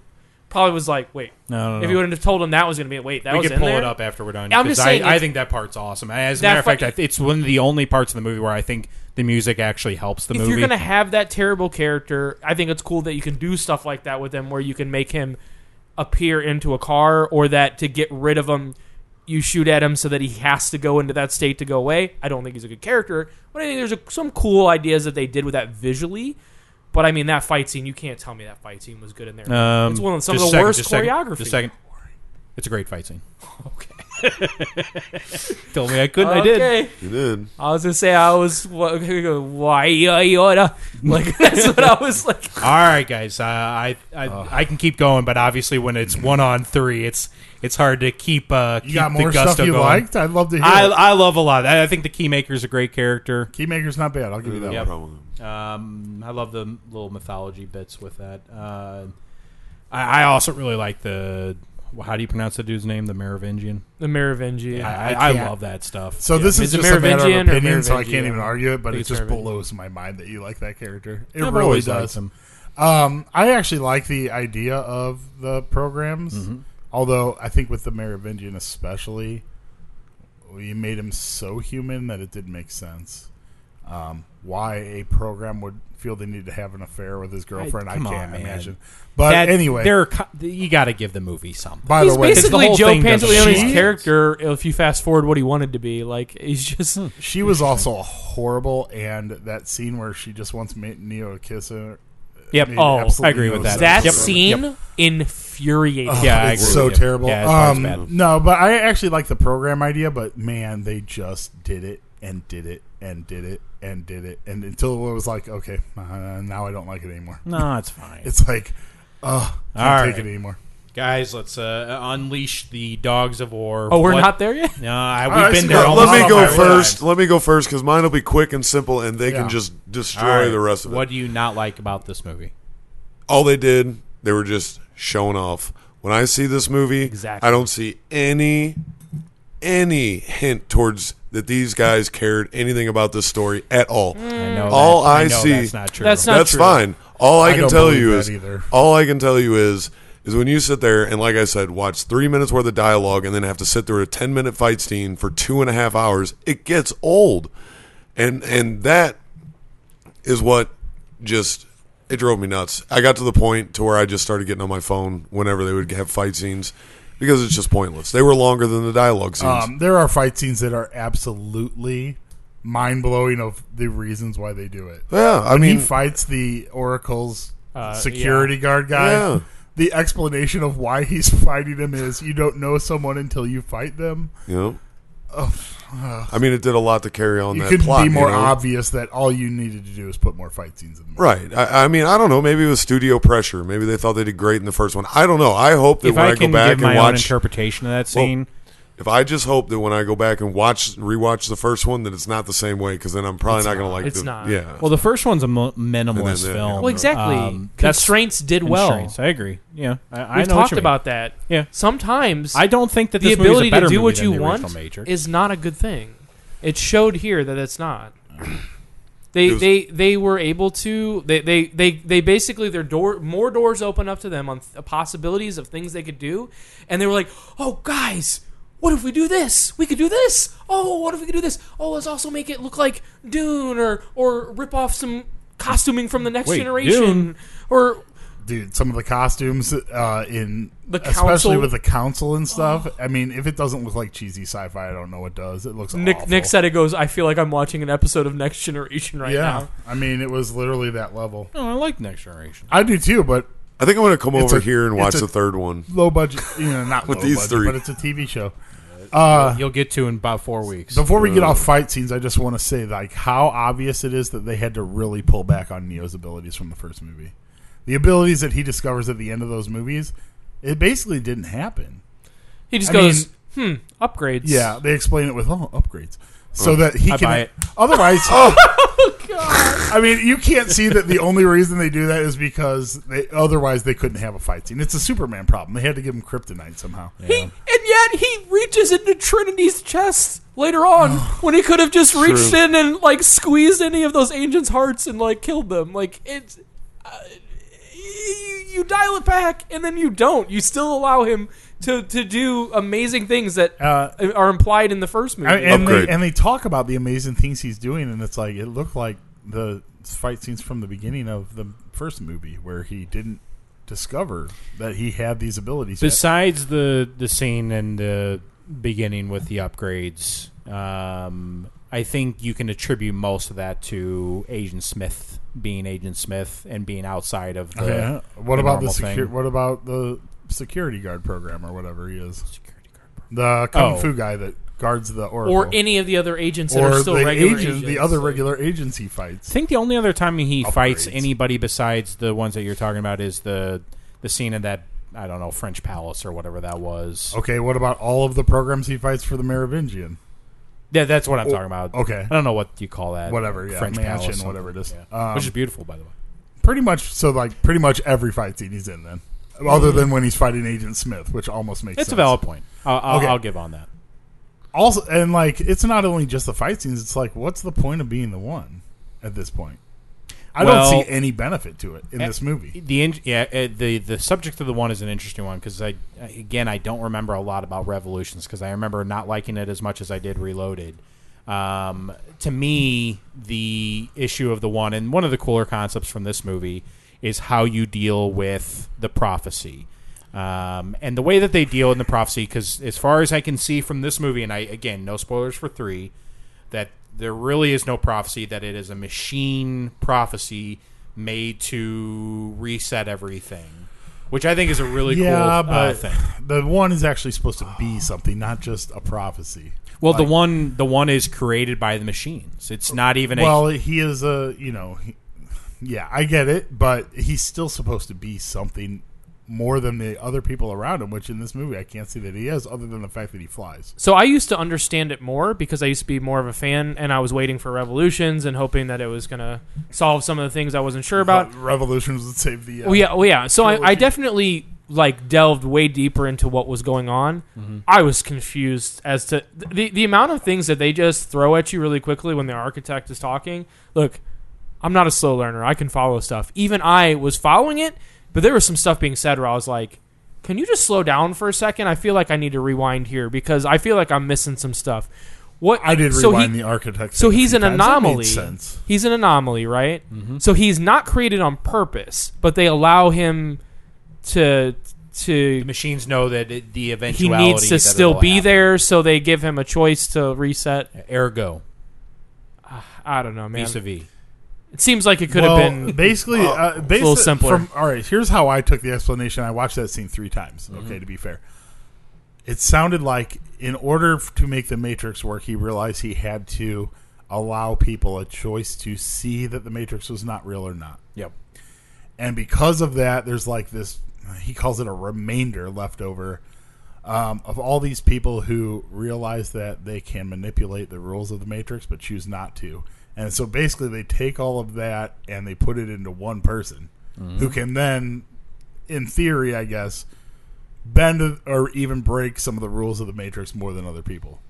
probably was like wait
No, no,
if
no.
you wouldn't have told him that was gonna be it wait that
we
was
could
in
pull
there?
it up after we're done.
I'm
'cause
just saying
I, I
it's-
think that part's awesome. As a
That
matter of
fu-
fact, I, it's one of the only parts of the movie where I think the music actually helps the
if
movie.
you're gonna have that terrible character, I think it's cool that you can do stuff like that with him, where you can make him appear into a car, or that to get rid of him, you shoot at him so that he has to go into that state to go away. I don't think he's a good character, but I think there's a, some cool ideas that they did with that visually. But I mean, that fight scene—you can't tell me that fight scene was good in there.
um,
it's one of some of
just a
the
second,
worst
just a second,
choreography.
Just a second. It's a great fight scene. Okay. Told me I couldn't. I did.
Okay.
You did.
I was gonna say I was why like that's what I was like.
All right, guys. Uh, I I, I can keep going, but obviously when it's one on three, it's it's hard to keep uh
You
keep
got
the
more
gusto
stuff you
going.
liked? I'd love to hear.
I
it.
I love a lot. I I think the Keymaker's a great character.
Keymaker's not bad. I'll give you that.
Yeah. Yep.
No problem.
Um, I love the little mythology bits with that. Uh, I, I also really like the how do you pronounce the dude's name? The Merovingian.
The Merovingian.
I, I,
I
I
can't.
love that stuff.
So this is
Is it
just a matter of
Merovingian or
opinion, so I
Merovingian?
can't even argue it. But
think
it
it's
just
Merovingian.
blows my mind that you like that character. It
I've
really
always liked
does.
him.
Um, I actually like the idea of the programs, although I think with the Merovingian especially, we made him so human that it did make sense. Um, why a program would feel they need to have an affair with his girlfriend, I,
come
can't
on, man.
imagine. But
That-
anyway,
they're co- you got to give the movie something.
by the
he's
way,
basically
It's the
Joe
whole thing doesn't
Pantoliano's
change.
character. If you fast forward what he wanted to be, like he's just
Hmm.
she was also horrible, and that scene where she just wants Ma- Neo to kiss her.
Yep.
made
Oh, I
absolutely
agree
no
with that.
that
Yep.
scene
Yep.
infuriating.
Yeah, I
it's
agree
so
with you.
terrible.
Yeah, it's not as
Um,
bad.
no, but I actually like the program idea, but man, they just did it and did it and did it and did it and until it was like, okay, uh, now I don't like it anymore.
No, it's fine,
It's like, oh, can't
All
take
right.
it anymore.
guys. Let's uh, unleash the dogs of war.
oh, we're
What-
not there yet.
No, I, we've
right,
been
so
there.
let-
almost
Let me
all
go
the way.
first. Let me go first because mine will be quick and simple, and they
Yeah.
can just
All
destroy
right.
the rest of it.
What do you not like about this movie?
all they did, they were just showing off. When I see this movie,
Exactly.
I don't see any any hint towards that these guys cared anything about this story at all.
I know
All
that-
I
know
see-
That's not true.
That's not-
That's
true.
fine. All I,
I
can
don't
tell
believe
you
that
is
either.
all I can tell you is is when you sit there and like I said, watch three minutes worth of dialogue and then have to sit through a ten minute fight scene for two and a half hours, it gets old. And and that is what just it drove me nuts. I got to the point to where I just started getting on my phone whenever they would have fight scenes because it's just pointless. They were longer than the dialogue scenes.
Um, there are fight scenes that are absolutely mind blowing of the reasons why they do it.
yeah, I
He
mean,
fights the Oracle's
Uh,
security guard guy.
Yeah.
The explanation of why he's fighting him is you don't know someone until you fight them.
you know, I mean, it did a lot to carry on
Oh, uh, you
that
couldn't
plot.
be more
you know?
obvious that all you needed to do is put more fight scenes in. The movie.
Right. I, I mean, I don't know. Maybe it was studio pressure. Maybe they thought they did great in the first one. I don't know. I hope that
if
when I,
I
go
can
back
give
and
my own
watch,
interpretation of that scene,
if I just hope that when I go back and watch, rewatch the first one, that it's not the same way because then I'm probably not, going to like.
It's
the,
not.
Yeah.
Well, the first one's a mo- minimalist
that, yeah.
film.
Well, exactly.
Um, that's
Constraints did well.
constraints. I agree. Yeah, I, I
We've
know what
talked
you mean.
about that.
Yeah.
Sometimes
I don't think that
the
this
ability
movie's a better
to do
movie
what
than
you
the
want
original Matrix.
is not a good thing. It showed here that it's not. They
It was-
they they were able to they they they, they basically their door more doors open up to them on th- possibilities of things they could do, and they were like, oh guys. What if we do this? We could do this. Oh, what if we could do this? Oh, let's also make it look like Dune, or or rip off some costuming from the next
Wait,
generation,
Dune?
or
dude, some of the costumes uh, in
The
especially
council-
with the council and stuff. I mean, if it doesn't look like cheesy sci-fi, I don't know what does. It looks
Nick
awful.
Nick said it goes. I feel like I'm watching an episode of Next Generation right
"Yeah,
now.
I mean, it was literally that level.
No, I like Next Generation.
I do too, but
I think I'm going to come
It's
over
a-
here and
it's
watch
a-
the third one.
low budget, you know, not
With
low
these
budget,
three.
but it's a TV show. Uh,
You'll get to in about four weeks.
Before we get off fight scenes, I just want to say like how obvious it is that they had to really pull back on Neo's abilities from the first movie. The abilities that he discovers at the end of those movies, it basically didn't happen.
He just
I
goes, hmm, upgrades.
Yeah, they explain it with oh upgrades, so that he
I
can.
buy it.
Otherwise, oh god! I mean, you can't see that the only reason they do that is because they otherwise they couldn't have a fight scene. It's a Superman problem. They had to give him kryptonite somehow.
He, and yet he reaches into Trinity's chest later on when he could have just reached in and like squeezed any of those agents' hearts and like killed them. Like it's. Uh, you, you dial it back and then you don't. You still allow him to, to do amazing things that
Uh,
are implied in the first movie.
I- and they,
Upgrade.
and they talk about the amazing things he's doing, and it's like it looked like the fight scenes from the beginning of the first movie where he didn't discover that he had these abilities. yet.
Besides the the scene and the beginning with the upgrades, um, I think you can attribute most of that to Agent Smith being Agent Smith and being outside of the.
Yeah. What
the
about the
normal thing.
secu- What about the security guard program or whatever he is?
Security guard.
The kung
Oh.
fu guy that guards the oracle,
or any of the other agents that
Or
are still
the
regular
agent-
agents.
the other
Like,
regular agency
I
fights.
think the only other time he fights
Upgrades.
anybody besides the ones that you're talking about is the the scene in that I don't know French palace or whatever that was.
Okay, what about all of the programs he fights for the Merovingian?
Yeah, that's what I'm talking about.
Oh, Okay.
I don't know what you call that.
Whatever, yeah,
French
mansion,
palace,
whatever it is.
Yeah.
Um,
which is beautiful, by the way.
pretty much so like pretty much every fight scene he's in then other than when he's fighting agent smith which almost makes
Mm-hmm. It's
sense.
a valid point. I'll, I'll,
Okay.
I'll give on that.
also and like it's not only just the fight scenes it's like what's the point of being the one at this point i
Well- eh,
don't see any benefit to it in this movie
The in- yeah, uh, the the subject of the one is an interesting one because I again I don't remember a lot about Revolutions because I remember not liking it as much as I did Reloaded. Um, to me, the issue of the one and one of the cooler concepts from this movie is how you deal with the prophecy. Um, and the way that they deal in the prophecy, because as far as I can see from this movie, and I again no spoilers for three, that there really is no prophecy that it is a machine prophecy made to reset everything which i think is a really
yeah
cool uh,
but
thing
the one is actually supposed to be something not just a prophecy
well the one the one is created by the machines it's not even
well
a
he is a you know he, yeah i get it but he's still supposed to be something more than the other people around him which in this movie i can't see that he is other than the fact that he flies
So I used to understand it more because I used to be more of a fan, and I was waiting for Revolutions and hoping that it was gonna solve some of the things I wasn't sure about.
Re- revolutions would save the. Uh,
Oh yeah, oh yeah. So I, I definitely like delved way deeper into what was going on.
Mm-hmm.
I was confused as to th- the the amount of things that they just throw at you really quickly when the architect is talking. Look, I'm not a slow learner. I can follow stuff. Even I was following it, but there was some stuff being said where I was like, "Can you just slow down for a second? I feel like I need to rewind here because I feel like I'm missing some stuff." What
I did
so he-
rewind the architect.
so
thing a
he's
few
an
times. That made
anomaly.
sense.
He's an anomaly, right?
Mm-hmm.
So he's not created on purpose, but they allow him to to
the machines know that it, the
he
eventuality
needs to
that
still
it'll
be
happen.
there, so they give him a choice to reset.
ergo
I don't know, man.
vis-a-vis
It seems like it could
well,
have been
basically uh, basi-
little simpler.
From, all right, here's how I took the explanation. I watched that scene three times.
Mm-hmm.
Okay, to be fair, it sounded like in order f- to make the Matrix work, he realized he had to allow people a choice to see that the Matrix was not real or not.
yep
and because of that, there's like this. He calls it a remainder left over um, of all these people who realize that they can manipulate the rules of the Matrix, but choose not to. And so basically, they take all of that and they put it into one person
Mm-hmm.
who can then, in theory, I guess, bend or even break some of the rules of the Matrix more than other people.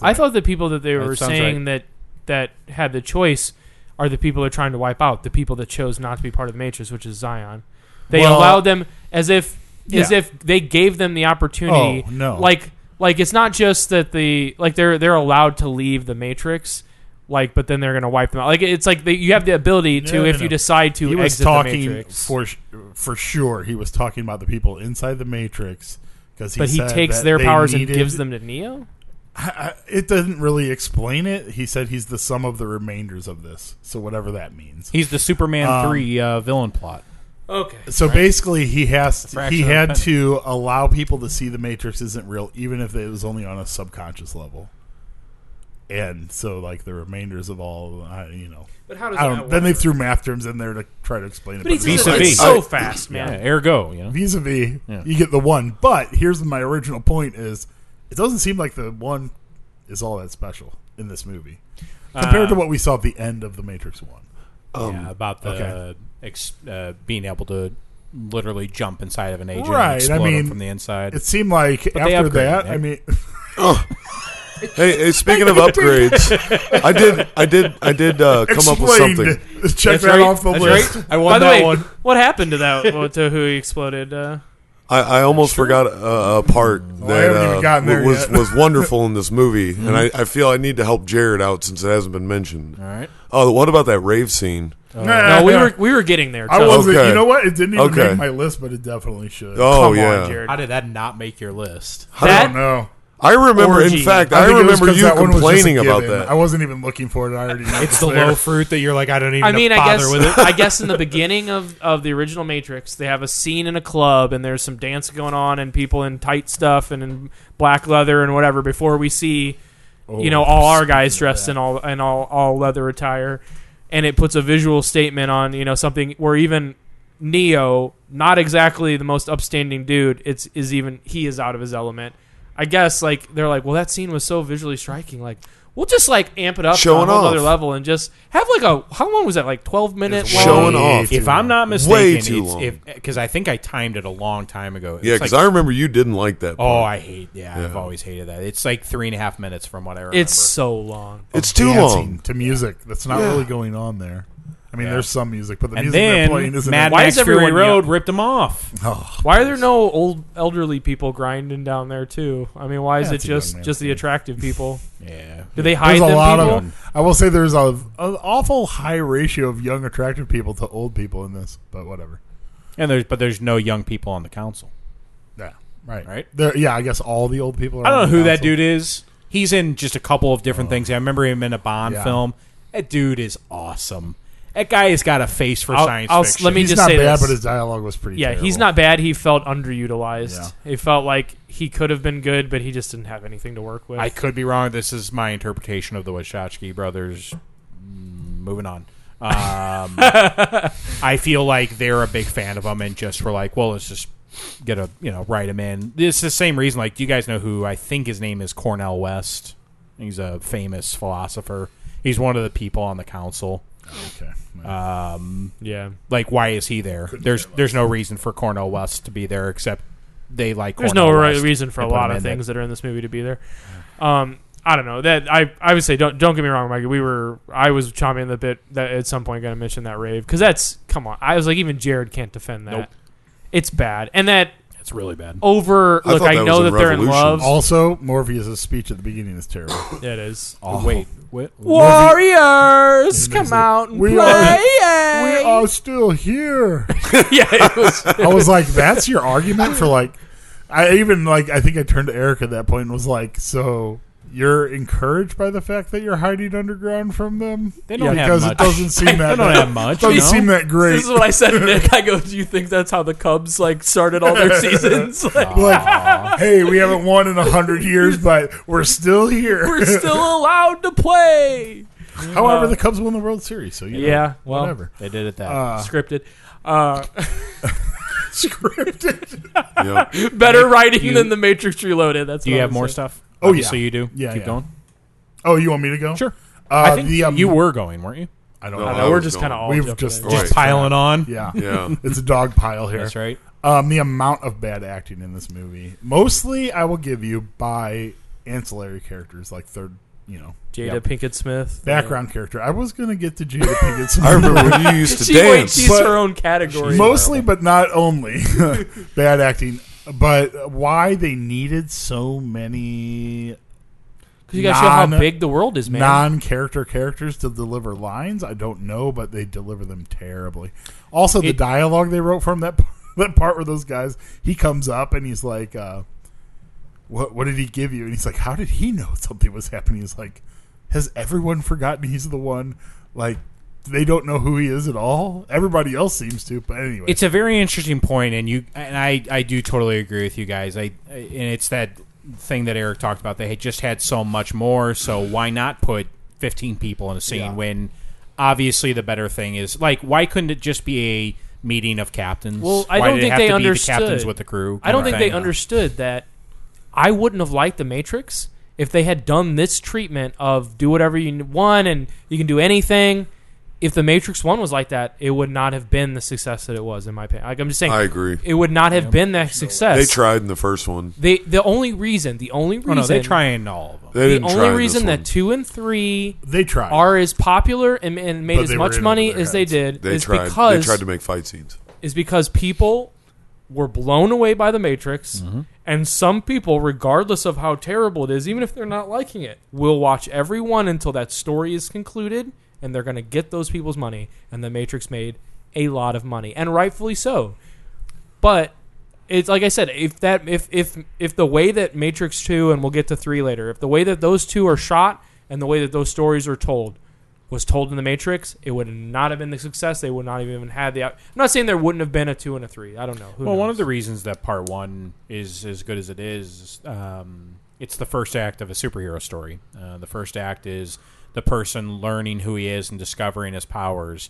I thought the people that they were
sounds
saying that that had the choice are the people they're trying to wipe out, the people that chose not to be part of the Matrix, which is Zion. They
Well-
allowed them as if as
Yeah.
if they gave them the opportunity.
Oh, no.
Like like it's not just that the like they're they're allowed to leave the Matrix. Like, but then they're gonna wipe them out. Like, it's like they, you have the ability to,
No, no,
if
no.
you decide to,
he was
exit the
talking
Matrix.
for sh- for sure. He was talking about the people inside the Matrix because he
but he
said
takes
that
their
they
powers
needed-
and gives them to Neo.
I- I- It doesn't really explain it. He said he's the sum of the remainders of this, so whatever that means.
He's the Superman
Um,
three uh, villain plot.
Okay.
So basically, he has to,
fraction
he
of a
had
penny.
to allow people to see the Matrix isn't real, even if it was only on a subconscious level. And so, like the remainders of all, I, you know,
But how does
I don't. Then they threw math terms in there to try to explain it.
But he says
Vis-a-vis.
it's so fast, man.
Yeah, ergo, you know.
vis-a-vis
Yeah.
you get the one but here's my original point is it doesn't seem like the one is all that special in this movie
Uh,
compared to what we saw at the end of the matrix one
yeah, about the
Oh, okay.
ex, uh, being able to literally jump inside of an agent,
Right, I
and explode him
mean,
from the inside.
it seemed like
they
after
upgraded
that
it.
i mean
Hey, hey, speaking of upgrades, I did, I did, I did uh, come up with
explained
something.
check
That's
that
right,
off the
that's
list
right. I
By
won
the
that
way,
one.
what happened to that? well, to who he exploded? Uh,
I, I almost forgot a, a part that
haven't even
uh,
gotten there
was
yet.
was wonderful in this movie, and I, I feel I need to help Jared out since it hasn't been mentioned.
All right.
Oh, what about that rave scene?
Nah,
no, we were we were getting there.
Uh, i
Tell us.
wasn't
Okay.
you know what it didn't even
Okay.
make my list but it definitely
Oh
should
Come on,
yeah,
Jared.
How did that not make your list?
i
That
don't know
I remember.
Orgy.
In fact, I,
I think it was
remember
'cause
you
that one was just a
complaining about
given.
that.
I wasn't even looking for it. I already know
It's the
there.
low fruit that you're like, I don't even
I mean, I
bother
guess
with it.
I guess in the beginning of, of the original Matrix, they have a scene in a club and there's some dance going on and people in tight stuff and in black leather and whatever. Before we see,
Oh,
you know, all our guys dressed in all in all all leather attire, and it puts a visual statement on you know something where even Neo, not exactly the most upstanding dude, it's is even he is out of his element. I guess like they're like, well, that scene was so visually striking, like. We'll just like amp it up to
Showing
a whole
off.
other level and just have like a how long was that like twelve minute long?
Showing off.
If I'm not
Way
mistaken,
too long.
it's because I think I timed it a long time ago. It's
yeah, because
like-
I remember you didn't like that.
Oh,
Part.
I hate. Yeah, I've always hated that. It's like three and a half minutes from what I remember.
It's so long.
it's too
dancing
long.
to music that's not
Yeah.
really going on there. I mean,
Yeah.
there's some music, but the
and
music they're
then
playing isn't.
Mad
Why
Max
is
Fury
everyone
Road ripped him off.
oh,
Why are there no old elderly people grinding down there too? I mean, why is
Yeah,
it
it's a young
just
man
just the
thing.
attractive people?
Yeah,
Do they hide
there's a
them
lot
people?
of. I will say there's a an awful high ratio of young attractive people to old people in this, but whatever.
and there's but there's no young people on the council.
Yeah, right,
Right.
There, yeah, I guess all the old people. Are
I don't
on
know who
the
that
council.
dude is. He's in just a couple of different things. I remember him in a Bond
Yeah.
film. That dude is awesome. That guy has got a face for
I'll-
science
I'll-
fiction.
let me
He's
just
not
say
bad,
this.
but his dialogue was pretty.
yeah, he's
terrible.
not bad. He felt underutilized.
Yeah.
He felt like he could have been good, but he just didn't have anything to work with.
I could be wrong. This is my interpretation of the Wachowski brothers. Mm, Moving on. Um, I feel like they're a big fan of him and just were like, well, let's just get a you know write him in. It's the same reason. Like, do you guys know who I think his name is Cornell West? He's a famous philosopher. He's one of the people on the council.
Okay.
Um,
yeah,
like, why is he there? there's there's no reason for Cornell West to be there except they like.
there's
Cornel
no re-
West
reason for a
and put
lot
him
of
in
things that are in this movie to be there. Um, I don't know that I I would say don't don't get me wrong, Mike. We were I was chomping the bit that at some point going to mention that rave because that's come on. I was like even Jared can't defend that.
Nope.
It's bad, and that
that- It's really bad.
over.
I
look,
thought
I
that
know
was
that
in
they're in
Revolutions.
love.
Also, Morpheus' speech at the beginning is terrible.
it is.
Oh.
Oh.
Wait, what?
Warriors,
come
come
out
out
and
and
We play. are-
play.
we are still here.
yeah, it was,
I was like, "That's your argument for like." I even like. I think I turned to Eric at that point and was like, "So you're encouraged by the fact that you're hiding underground from them?
They don't have
because
much.
it doesn't seem that.
They don't have much.
Oh,
Doesn't
you know?
seem that great.
this is what I said, Nick. I go, do you think that's how the Cubs like started all their seasons? Like,
like, hey, we haven't won in a hundred years, but we're still here.
we're still allowed to play.
However, the Cubs won the World Series, so you know,
Yeah, well,
whatever.
They did it that.
Uh,
scripted. Uh,
scripted.
Yep.
better writing than the Matrix Reloaded. That's
do
what
you
I
have
would
more
say.
stuff?
Oh, yeah.
So you do.
Yeah,
Keep
yeah.
going.
Oh, you want me to go?
Sure.
Uh,
I think
the, um,
you were going, weren't you?
I don't
No,
I
know.
know, we're
was
just
going.
kind of all
We've
jumping
just-
in.
Right.
Just piling on.
Yeah.
Yeah.
It's a dog pile here.
That's right.
Um, the amount of bad acting in this movie, mostly, I will give you by ancillary characters like third, you know,
Jada
Yep.
Pinkett Smith
background character. I was gonna get to Jada Pinkett Smith.
I remember when you used to
She wait,
dance.
she's
But-
her own category.
mostly, but not only bad acting, but why they needed so many
because you got to show how
Non-
big the world is, man.
non-character characters to deliver lines. I don't know, but they deliver them terribly. Also, the
It-
dialogue they wrote from that p- that part where those guys he comes up and he's like, uh, "What what did he give you?" And he's like, "How did he know something was happening?" He's like, "Has everyone forgotten he's the one?" Like. They don't know who he is at all. Everybody else seems to, but anyway,
it's a very interesting point and you and I, I do totally agree with you guys I and it's that thing that Eric talked about they had just had so much more so why not put 15 people in a scene
Yeah.
when obviously the better thing is like why couldn't it just be a meeting of captains
Well, I
Why did
don't
it
think
have
they
to be
understood.
the captains with the crew
I don't think they
thing?
understood that I wouldn't have liked the Matrix if they had done this treatment of do whatever you want and you can do anything. If the Matrix One was like that, it would not have been the success that it was, in my opinion. Like I'm just saying,
I agree.
it would not have been that success.
They tried in the first one.
They- the only reason, the only reason,
oh, no, they try in all of them
They
the
didn't try
only
in this
reason
one.
that two and three
they try.
are as popular and, and made
But
as
they were in
much
over
money
their
as they
heads.
did
they
is
tried
because
they tried to make fight scenes.
is because people were blown away by the Matrix,
Mm-hmm.
and some people, regardless of how terrible it is, even if they're not liking it, will watch every one until that story is concluded, and they're going to get those people's money. And the Matrix made a lot of money, and rightfully so. But it's like I said, if that if if if the way that Matrix two and we'll get to three later, if the way that those two are shot and the way that those stories are told was told in the Matrix, it would not have been the success. They would not have even had the. I'm not saying there wouldn't have been a two and a three. I don't know. Who
Well, one
knows?
of the reasons that part one is as good as it is, um, it's the first act of a superhero story. Uh, the first act is the person learning who he is and discovering his powers.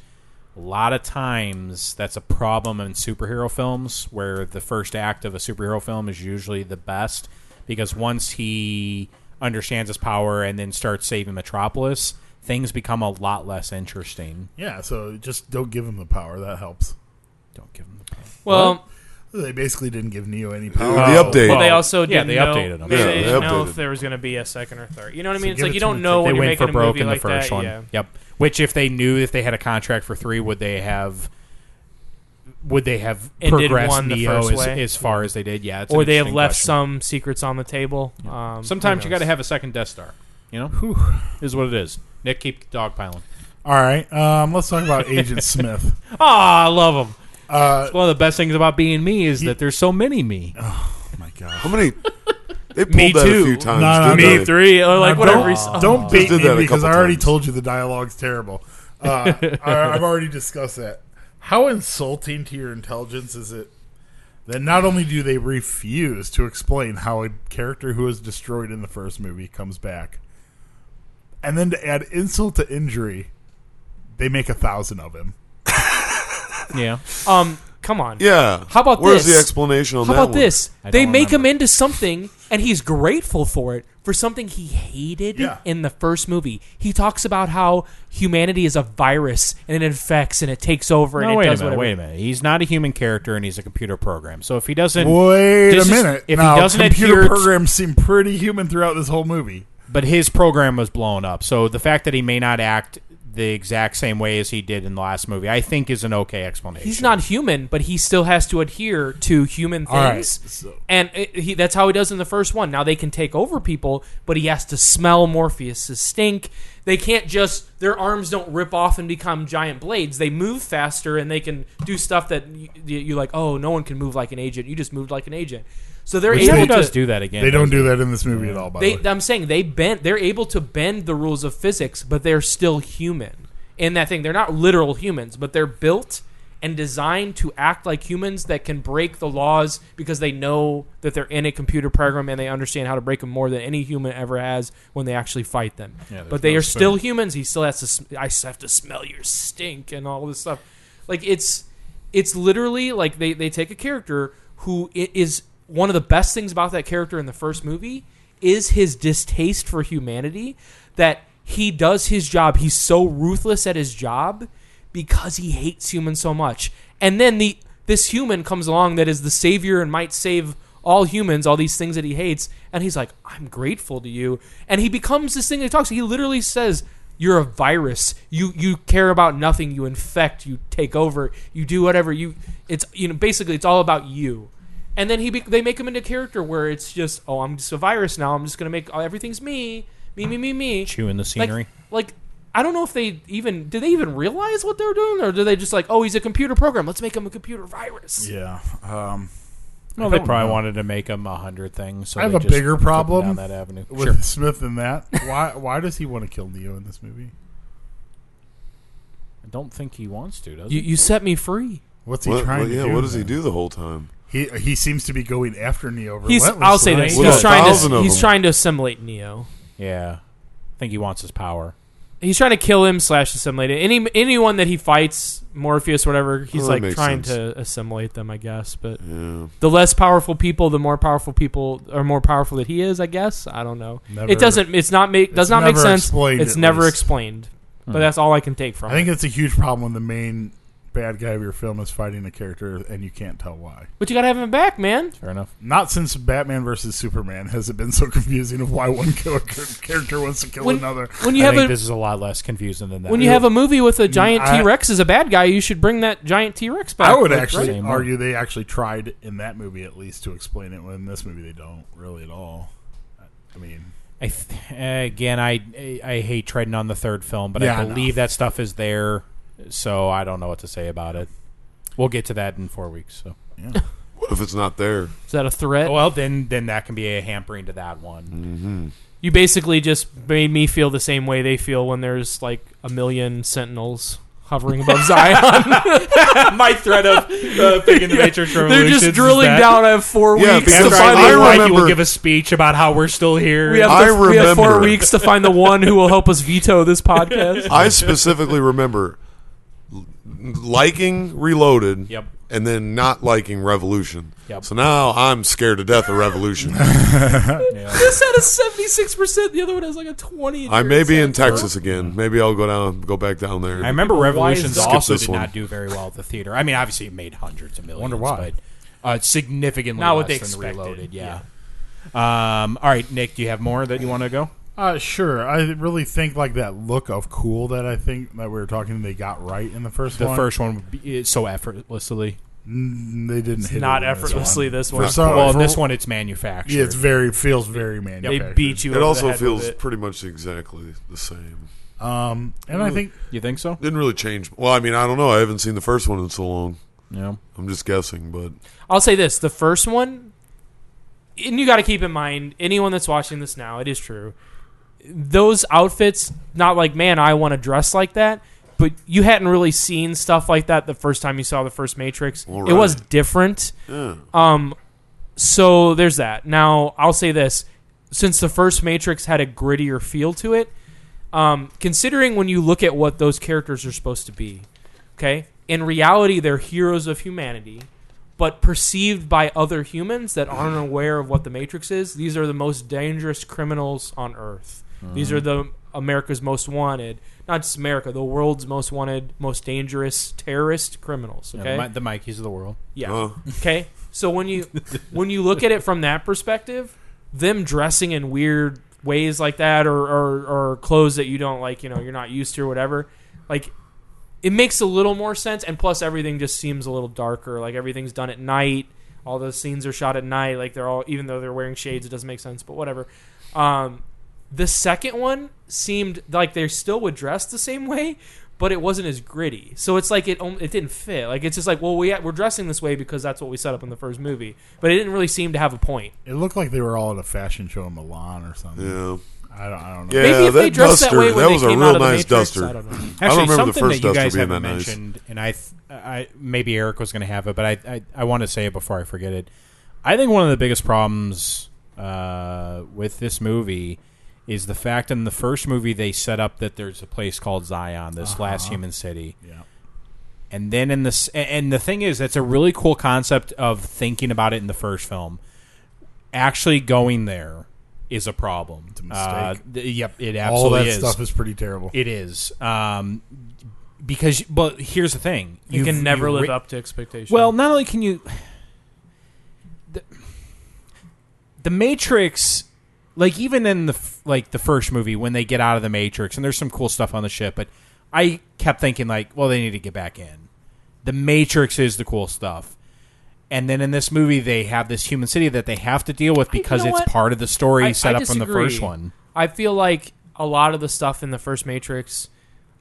A lot of times, that's a problem in superhero films, where the first act of a superhero film is usually the best because once he understands his power and then starts saving Metropolis, things become a lot less interesting.
yeah, so just don't give him the power. That helps.
Don't give him the power.
well,
They basically didn't give Neo any power.
The update.
well, they
Well,
also
yeah,
didn't
they
know-
updated them.
They,
Yeah,
they
they
didn't know
updated.
if there was going to be a second or third. You know what I mean? it's
give
like
it
you
to
don't
them.
know
they
when you're
went
making
for
a
broke
movie
in the
like
first
that.
one.
Yeah.
Yep. Which, if they knew if they had a contract for three, would they have? Would they have
Ended
progressed
one the
Neo
first
as,
way?
as far as they did? Yeah, it's an
Or they have
interesting
left
question.
some secrets on the table. Um,
Sometimes
who
you got to
knows?
have a second Death Star. You know, is what it is. Nick, keep dogpiling.
All right, um, let's talk about Agent Smith.
Oh,
Ah,
I love them.
Uh,
One of the best things about being me is that there's so many me.
oh my god.
How many? They pulled
Me
that
too.
a few times.
No, no,
didn't
me
they?
three or like
Now,
whatever.
Don't,
he's-
don't bait
did that
me
a
because I
couple
already
times.
told you the dialogue's terrible. Uh, I, I've already discussed that. How insulting to your intelligence is it that not only do they refuse to explain how a character who was destroyed in the first movie comes back, and then to add insult to injury, they make a thousand of him.
Yeah,
Um, come on.
Yeah.
How about
Where's
this?
the explanation on
How
that
about
one?
this?
I
They
don't
make him
remember.
into something, and he's grateful for it for something he hated
Yeah.
in the first movie. He talks about how humanity is a virus and it infects and it takes over and
no,
it
wait a
does
minute.
whatever.
Wait a minute. He's not a human character, and he's a computer program. So if he doesn't,
Wait
This is-
a minute.
if he
now,
doesn't
computer
adhere to-
programs seem pretty human throughout this whole movie.
but his program was blown up. So the fact that he may not act the exact same way as he did in the last movie, I think, is an okay explanation.
He's not human, but he still has to adhere to human
All right,
things,
so-
and it, he, that's how he does in the first one. Now they can take over people, but he has to smell Morpheus's stink. They can't just their arms don't rip off and become giant blades. They move faster and they can do stuff that you, you like. Oh, no one can move like an agent. You just moved like an agent. So they're
Which
able
Neil
to
does do that again.
They don't
doesn't
do that in this movie at all, by the
They,
way.
I'm saying they bend. They're able to bend the rules of physics, but they're still human. In that thing, they're not literal humans, but they're built and designed to act like humans that can break the laws because they know that they're in a computer program and they understand how to break them more than any human ever has when they actually fight them.
there's
but they
no
are
spoon.
still humans. He still has to. sm- I s- have to smell your stink and all this stuff. Like it's it's literally like they they take a character who i- is one of the best things about that character in the first movie is his distaste for humanity that he does his job. He's so ruthless at his job because he hates humans so much. And then the this human comes along that is the savior and might save all humans, all these things that he hates, and he's like, "I'm grateful to you." And he becomes this thing that he talks. He literally says, "You're a virus. You you care about nothing. You infect. You take over. You do whatever you. It's you know basically it's all about you." And then he be- they make him into a character where it's just, "Oh, I'm just a virus now. I'm just gonna make oh, everything's me." me, me, me, me.
Chewing the scenery.
Like, like I don't know if they even did they even realize what they're doing, or do they just like, oh, he's a computer program. Let's make him a computer virus.
Yeah. Um,
well, they
don't
probably
know.
wanted to make him a hundred things. So
I have
they
a
just
bigger
took him
problem
down that avenue.
with
Sure.
Smith than that. Why? Why does he want to kill Neo in this movie?
I don't think he wants to. Does
You,
he?
you set me free.
What's he
What,
trying
well,
to
yeah,
do?
what does he
then?
do the whole time?
He he seems to be going after Neo.
He's. I'll say this.
relentlessly.
Well,
He's
a
trying
thousand
to.
of
He's
them.
trying to assimilate Neo.
Yeah, I think he wants his power.
He's trying to kill him slash assimilate it. Any anyone that he fights, Morpheus, whatever, he's
Well, that
like
makes
trying
sense.
to assimilate them, I guess. But
Yeah.
the less powerful people, the more powerful people are more powerful that he is. I guess I don't know.
Never-
it doesn't. It's not make. Does
It's
not make
never
sense.
explained,
It's
at
never
least.
explained. But that's all I can take from.
I think it's a huge problem when the main bad guy of your film is fighting a character and you can't tell why.
it. But you gotta have him back, man.
Fair enough.
Not since Batman versus Superman has it been so confusing of why one kill- character wants to kill
When-
another.
When you
I
have
think
a
this is a lot less confusing than that.
when you have a movie with a giant
I-
T Rex as a bad guy, you should bring that giant T Rex back.
I would
Like,
actually
right.
argue they actually tried in that movie at least to explain it. When in this movie they don't really at all. I mean,
I th- eh, again, I, I I hate treading on the third film, but
Yeah,
I
I know.
believe that stuff is there, so I don't know what to say about it. We'll get to that in four weeks. So. Oh,
What if it's not there?
Is that a threat?
Well, then then that can be a hampering to that one.
You basically just made me feel the same way they feel when there's like a million sentinels hovering above Zion.
My threat of uh, picking the Matrix
They're just drilling down. I have four
Yeah,
weeks to
because
find
I
the one.
Mikey will
remember-
give a speech about how we're still here.
We have, to,
I
we have four
remember.
weeks to find the one who will help us veto this podcast.
I specifically remember l- liking Reloaded
Yep.
and then not liking Revolution.
Yep.
So now I'm scared to death of Revolution.
this had a seventy-six percent. The other one has like a twenty.
I may be in Texas again. Maybe I'll go down, go back down there.
I remember Revolutions
that?
also
Skip this
did
one.
not do very well at the theater. I mean, obviously it made hundreds of millions.
Wonder why.
But, uh, significantly
Not
less
what they
than
expected,
Reloaded. Yeah. Um, all right, Nick, do you have more that you want to go?
Uh, sure. I really think like that look of cool that I think that we were talking they got right in the first
The
one.
first one would be, is so effortlessly.
Mm, they didn't hit
Not
it in this
effortlessly.
one.
This
For
one,
some,
Well, in
for-
this one, it's manufactured.
Oh, yeah, it's very feels very
they
manufactured.
beat you.
it
over the
also
head with
feels
it.
pretty much exactly the same.
Um, and I think
you think so?
Didn't really change. Well, I mean, I don't know. I haven't seen the first one in so long.
Yeah.
I'm just guessing, but
I'll say this: the first one, and you got to keep in mind anyone that's watching this now. It is true. Those outfits, not like man, I want to dress like that. But you hadn't really seen stuff like that the first time you saw the first Matrix.
All
It was
right.
different.
yeah.
Um, so there's that. Now I'll say this: since the first Matrix had a grittier feel to it, um, considering when you look at what those characters are supposed to be, okay, in reality they're heroes of humanity, but perceived by other humans that aren't
Mm.
aware of what the Matrix is. These are the most dangerous criminals on Earth. These
Mm-hmm.
are the America's most wanted, not just America, the world's most wanted, most dangerous terrorist criminals.
Yeah,
Okay,
the Mi- Oh, the Mikeys of the world.
yeah.
Huh?
Okay, so when you when you look at it from that perspective, them dressing in weird ways like that, or, or or clothes that you don't like, you know, you're not used to, or whatever, like it makes a little more sense. And plus, everything just seems a little darker. Like everything's done at night. All those scenes are shot at night. Like they're all, even though they're wearing shades, it doesn't make sense. But whatever. Um, the second one seemed like they still would dress the same way, but it wasn't as gritty. So it's like it om- it didn't fit. Like it's just like well we we're dressing this way because that's what we set up in the first movie, but it didn't really seem to have a point.
it looked like they were all at a fashion show in Milan or something.
yeah.
I don't. I don't know.
Yeah,
Maybe if
that
they dressed
duster,
that way when
that
they
was a
came
real
out of the
nice
Matrix,
duster.
I don't know.
I don't
Actually,
remember the
something
first
that you
duster
guys
being
haven't
that nice.
mentioned, and I, th- I maybe Eric was going to have it, but I, I, I want to say it before I forget it. I think one of the biggest problems uh, with this movie is the fact in the first movie they set up that there's a place called Zion, this last human city,
Yeah.
and then in this, and- and the thing is, that's a really cool concept of thinking about it in the first film. Actually, going there is a problem. It's
a mistake.
yep, it
All
absolutely
that
is.
stuff is pretty terrible.
It is. Um, because, but here's the thing:
You
You've-
can never
you
live
ri-
up to expectations.
Well, not only can you, the, the Matrix, like even in the f- like the first movie when they get out of the Matrix, and there's some cool stuff on the ship, but I kept thinking like, well, they need to get back in. The Matrix is the cool stuff. And then in this movie, they have this human city that they have to deal with because
know
it's
what?
part of the story
I- I
set up from the
disagree.
first one.
I feel like a lot of the stuff in the first Matrix,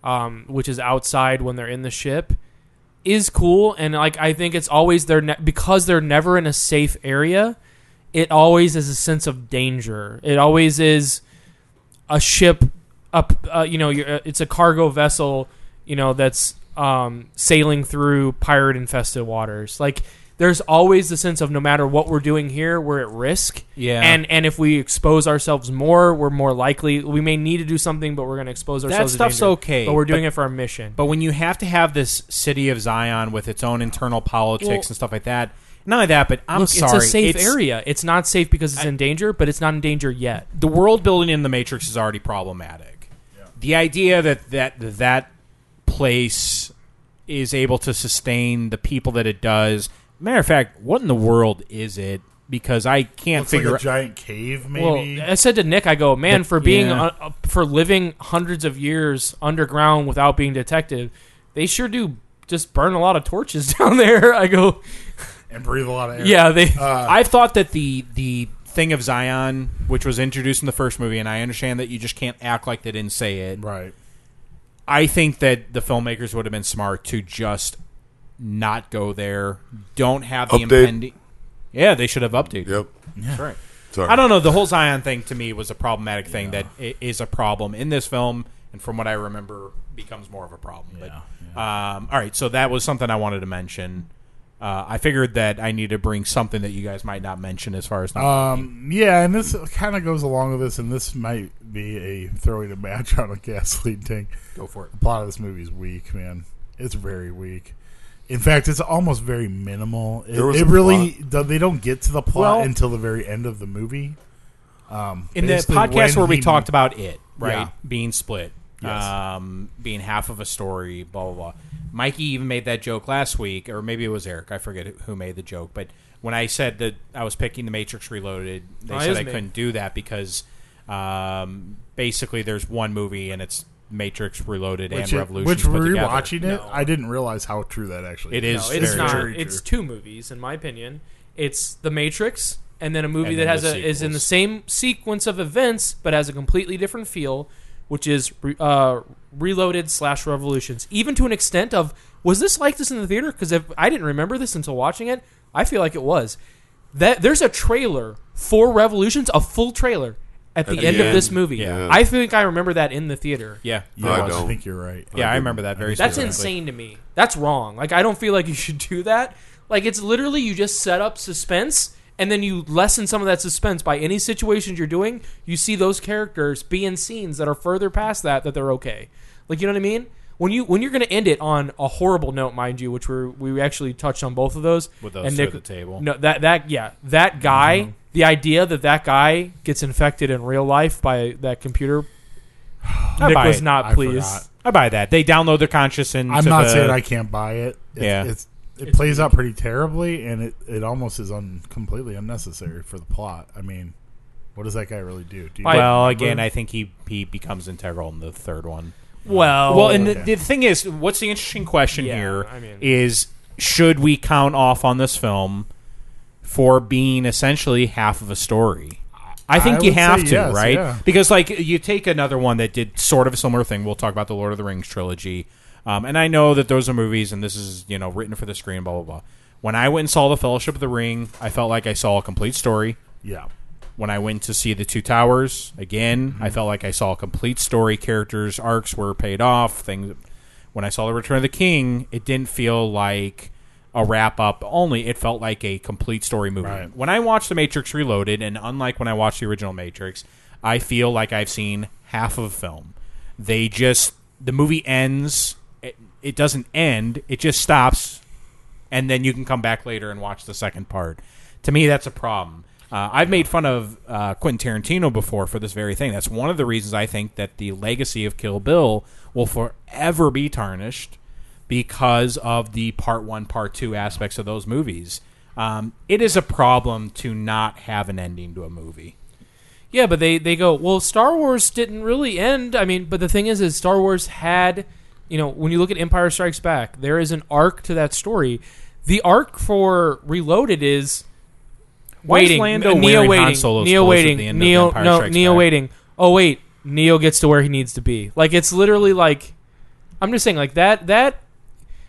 um, which is outside when they're in the ship, is cool. And like I think it's always they're ne- because they're never in a safe area. It always is a sense of danger. It always is a ship up. Uh, you know, you're, it's a cargo vessel. You know that's um, sailing through pirate infested waters. Like there's always the sense of no matter what we're doing here, we're at risk.
Yeah.
And and if we expose ourselves more, we're more likely we may need to do something, but we're going to expose ourselves. to
stuff's
danger.
okay,
but we're doing
but-
it for our mission.
But when you have to have this city of Zion with its own internal politics
Well-
and stuff like that, not only that, but I'm
Look,
sorry,
it's a safe
it's-
area. It's not safe because it's in danger, but it's not in danger yet.
The world building in the Matrix is already problematic. The idea that that that place is able to sustain the people that it does. Matter of fact, what in the world is it? Because I can't
It's
figure
like a giant cave, maybe.
Well, I said to Nick, I go, man,
That-
for being
yeah.
uh, uh, for living hundreds of years underground without being detected, they sure do just burn a lot of torches down there. I go,
and breathe a lot of air.
yeah, they.
uh,
I've thought that the the thing of Zion, which was introduced in the first movie, and I understand that you just can't act like they didn't say it.
Right.
I think that the filmmakers would have been smart to just not go there. Don't have the
Update.
impending. Yeah, they should have updated.
Yep.
That's right.
Sorry.
I don't know. The whole Zion thing to me was a problematic thing that i- is a problem in this film, and from what I remember, becomes more of a problem.
Yeah,
but Um, all right, so that was something I wanted to mention. Uh, I figured that I need to bring something that you guys might not mention as far as not
Um, yeah, and this kind of goes along with this, and this might be a throwing a match on a gasoline tank.
go for it.
The plot of this movie is weak, man. It's very weak. In fact, it's almost very minimal. It,
There was
it
a
really they don't get to the plot
Well-
until the very end of the movie. Um,
in the
basically
podcast
when
where we
he-
talked about it, right?
Yeah.
Being split,
Yes.
um, being half of a story, blah blah blah. Mikey even made that joke last week, or maybe it was Eric. I forget who made the joke, but when I said that I was picking the Matrix Reloaded, they
Oh, it
said
was
I
me.
couldn't do that because um, basically there's one movie and it's Matrix Reloaded and
which, it,
Revolution.
which
put together.
rewatching it, I didn't realize how true that actually.
It is
is.
No, it's
very
not.
true.
It's two movies, in my opinion. It's The Matrix, and then a movie
And
that
then
has
the
a is in the
sequels.
same sequence of events, but has a completely different feel, which is re- uh, Reloaded slash Revolutions. Even to an extent of was this like this in the theater? Because if I didn't remember this until watching it, I feel like it was. That there's a trailer for Revolutions, a full trailer at the,
the
end, of
end,
this movie.
yeah.
I think I remember that in the theater.
Yeah,
Yeah,
I
I,
don't.
think you're right.
yeah, I remember that very.
That's
specifically.
insane to me. That's wrong. Like I don't feel like you should do that. Like it's literally you just set up suspense and then you lessen some of that suspense by any situations you're doing. You see those characters be in scenes that are further past that that they're okay. Like you know what I mean? When you when you're going to end it on a horrible note, mind you, which we we actually touched on both of those.
With those
and
two
Nick-
at the table. Mm-hmm.
No, that that yeah, that guy. The idea that that guy gets infected in real life by that computer. Nick
buy
was
it.
not
I
pleased.
forgot.
I buy that they download their conscious and
I'm not saying I can't buy it. It's,
Yeah.
it's it plays out pretty terribly, and it, it almost is un, completely unnecessary for the plot. I mean, what does that guy really do? do you
I-
Well, again, I think he he becomes integral in the third one.
Well,
Well, and
okay.
the, the thing is, what's the interesting question
Yeah,
here is:
I mean-
should we count off on this film for being essentially half of a story? I think
I
you
would
have
say
to,
yes,
right?
yeah.
Because like you take another one that did sort of a similar thing. We'll talk about the Lord of the Rings trilogy, um, and I know that those are movies, and this is you know written for the screen, blah blah blah. When I went and saw the Fellowship of the Ring, I felt like I saw a complete story
yeah,
when I went to see the Two Towers again, I felt like I saw a complete story. Characters' arcs were paid off. Things. When I saw the Return of the King, it didn't feel like a wrap up. Only it felt like a complete story movie.
Right.
When I watched The Matrix Reloaded, and unlike when I watched the original Matrix, I feel like I've seen half of a film. They just the movie ends. It, it doesn't end. It just stops and then you can come back later and watch the second part. To me, that's a problem. Uh, I've made fun of uh, Quentin Tarantino before for this very thing. That's one of the reasons I think that the legacy of Kill Bill will forever be tarnished because of the part one, part two aspects of those movies. Um, it is a problem to not have an ending to a movie.
Yeah, but they they go, "Well, Star Wars didn't really end." I mean, but the thing is is Star Wars had, you know, when you look at Empire Strikes Back, there is an arc to that story. The arc for Reloaded is
Why is
waiting,
Lando
Neo
wearing Han
waiting,
Solo's
Neo
clothes at
waiting,
the end of
Neo
Empire
no,
Strikes
Neo
Back?
waiting. oh wait, Neo gets to where he needs to be. Like it's literally like I'm just saying like that that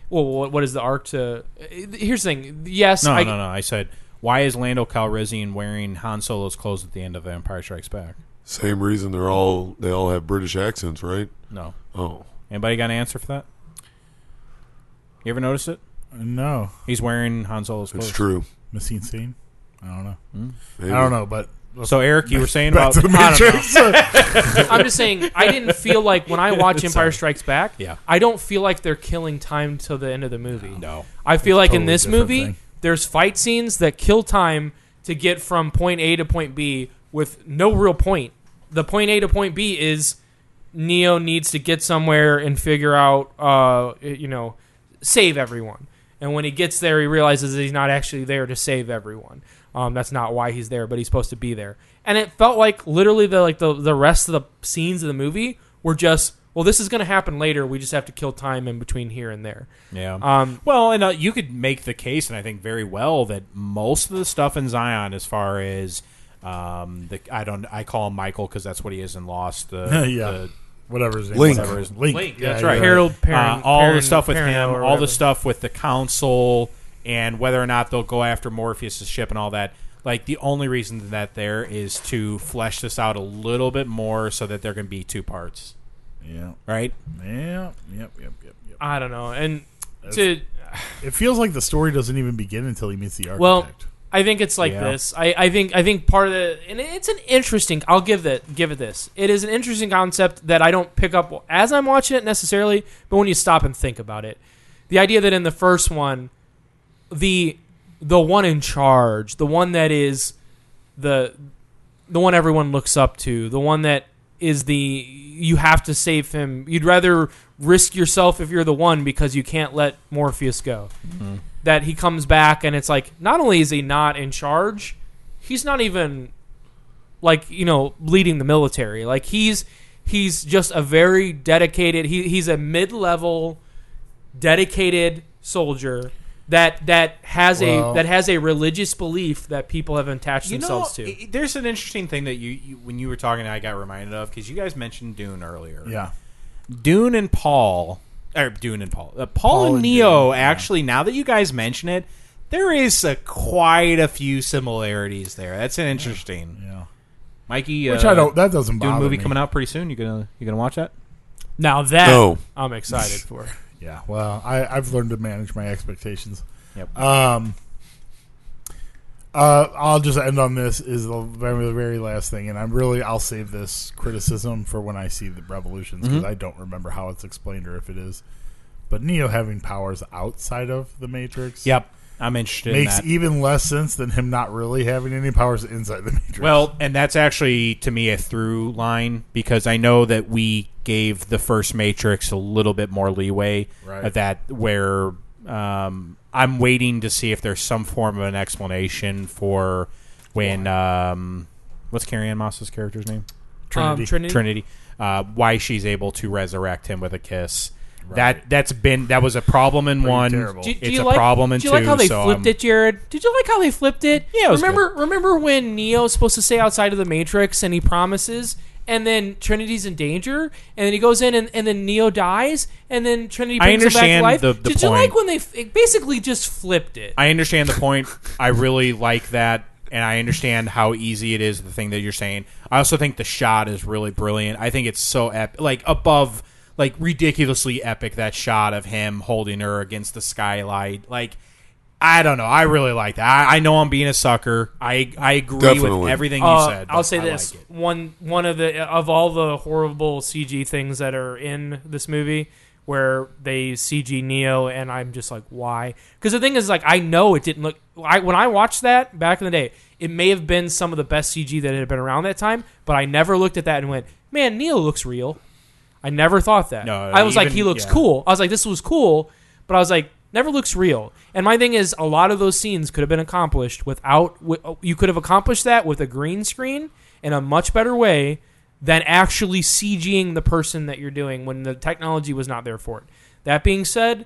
well what, what is the arc to Here's the thing. Yes,
No,
I,
no, no. I said, why is Lando Calrissian wearing Han Solo's clothes at the end of Empire Strikes Back?
Same reason they're all they all have British accents, right?
No.
Oh,
Anybody got an answer for that? You ever notice it?
No,
He's wearing Han Solo's
it's
clothes.
true.
missing scene. I don't know.
Maybe.
I don't know, but
So Eric, you were saying about
back to the
I don't know.
Matrix.
I'm just saying I didn't feel like when I watch Empire Strikes Back,
Yeah.
I don't feel like they're killing time till the end of the movie.
No.
I feel like in
totally
this
different
movie,
thing.
there's fight scenes that kill time to get from point A to point B with no real point. The point A to point B is Neo needs to get somewhere and figure out, uh, you know, save everyone. And when he gets there, he realizes that he's not actually there to save everyone. Um, that's not why he's there, but he's supposed to be there. And it felt like literally the like the the rest of the scenes of the movie were just, well, this is going to happen later. We just have to kill time in between here and there.
Yeah.
Um,
well, and uh, you could make the case, and I think very well that most of the stuff in Zion, as far as um, the I don't I call him Michael because that's what he is in Lost. The,
yeah,
the-
whatever his name
Link.
whatever his- Link.
Link,
Yeah,
that's
you're
right.
Harold
Uh,
Perrin-
all
Perrin-
the stuff with
Perrineau or
him, all
whatever.
the stuff with the council, and whether or not they'll go after Morpheus' ship and all that. Like the only reason that there is to flesh this out a little bit more, so that there can be two parts,
Yeah.
right?
Yep. Yep. Yep. Yep. Yep.
I don't know. And to
It feels like the story doesn't even begin until he meets the architect.
well, I think it's like
Yeah.
this. I, I think I think part of the and it's an interesting. I'll give that give it this. It is an interesting concept that I don't pick up as I'm watching it necessarily, but when you stop and think about it, the idea that in the first one, the the one in charge, the one that is the the one everyone looks up to, the one that is the you have to save him. You'd rather risk yourself if you're the one because you can't let Morpheus go. That he comes back and it's like not only is he not in charge, he's not even like you know leading the military. Like he's he's just a very dedicated. He, he's a mid level dedicated soldier. That, that has
Well-
a that has a religious belief that people have attached themselves to.
i- there's an interesting thing that you, you when you were talking, I got reminded of because you guys mentioned Dune earlier.
yeah.
Dune and Paul, or Dune and Paul, uh, Paul, and
and
Neo. actually, now that you guys mention it, there is uh quite a few similarities there. That's an interesting,
Yeah.
Mikey.
Which
uh,
I don't. That doesn't bother
Dune movie
me.
coming out pretty soon. You gonna you gonna watch that?
Now that
No.
I'm excited for.
Yeah. Well, I, I've learned to manage my expectations.
Yep.
Um. Uh, I'll just end on this is the very, the very last thing, and I'm really I'll save this criticism for when I see the revolutions because I don't remember how it's explained or if it is. But Neo having powers outside of the Matrix,
Yep, I'm interested. in
makes
that.
even less sense than him not really having any powers inside the Matrix.
Well, and that's actually to me a through line because I know that we gave the first Matrix a little bit more leeway
Right.
of that where um, I'm waiting to see if there's some form of an explanation for when um, what's Carrie Ann Moss's character's name?
Trinity.
Um, Trinity.
Trinity. Uh, why she's able to resurrect him with a kiss. That that's been that was a problem in one.
terrible.
Do, do
it's
you
a
like,
problem in
do you like
two,
how they
so um,
flipped
I'm-
it, Jared? Did you like how they flipped it?
Yeah, it was
remember remember when Neo's supposed to stay outside of the Matrix and he promises, and then Trinity's in danger, and then he goes in and, and then Neo dies, and then Trinity
I
brings him back to
understand
life.
the- the
Did you like
point.
when they f- it basically just flipped it?
I understand the point. I really like that, and I understand how easy it is. The thing that you're saying. I also think the shot is really brilliant. I think it's so epic, like above, like ridiculously epic. That shot of him holding her against the skylight, like. I don't know. I really like that. I, I know I'm being a sucker. I I agree with
Definitely.
everything you
Uh,
said. but
I'll say
I
this
like it.
one one of the of all the horrible CG things that are in this movie, where they CG Neo, and I'm just like, why? Because the thing is, like, I know it didn't look. I when I watched that back in the day, it may have been some of the best CG that had been around that time, but I never looked at that and went, man, Neo looks real. I never thought that.
No,
I was like,
even-
he looks
yeah.
cool. I was like, this was cool, but I was like, never looks real. And my thing is, a lot of those scenes could have been accomplished without. Wi- oh, you could have accomplished that with a green screen in a much better way than actually CGing the person that you're doing when the technology was not there for it. That being said,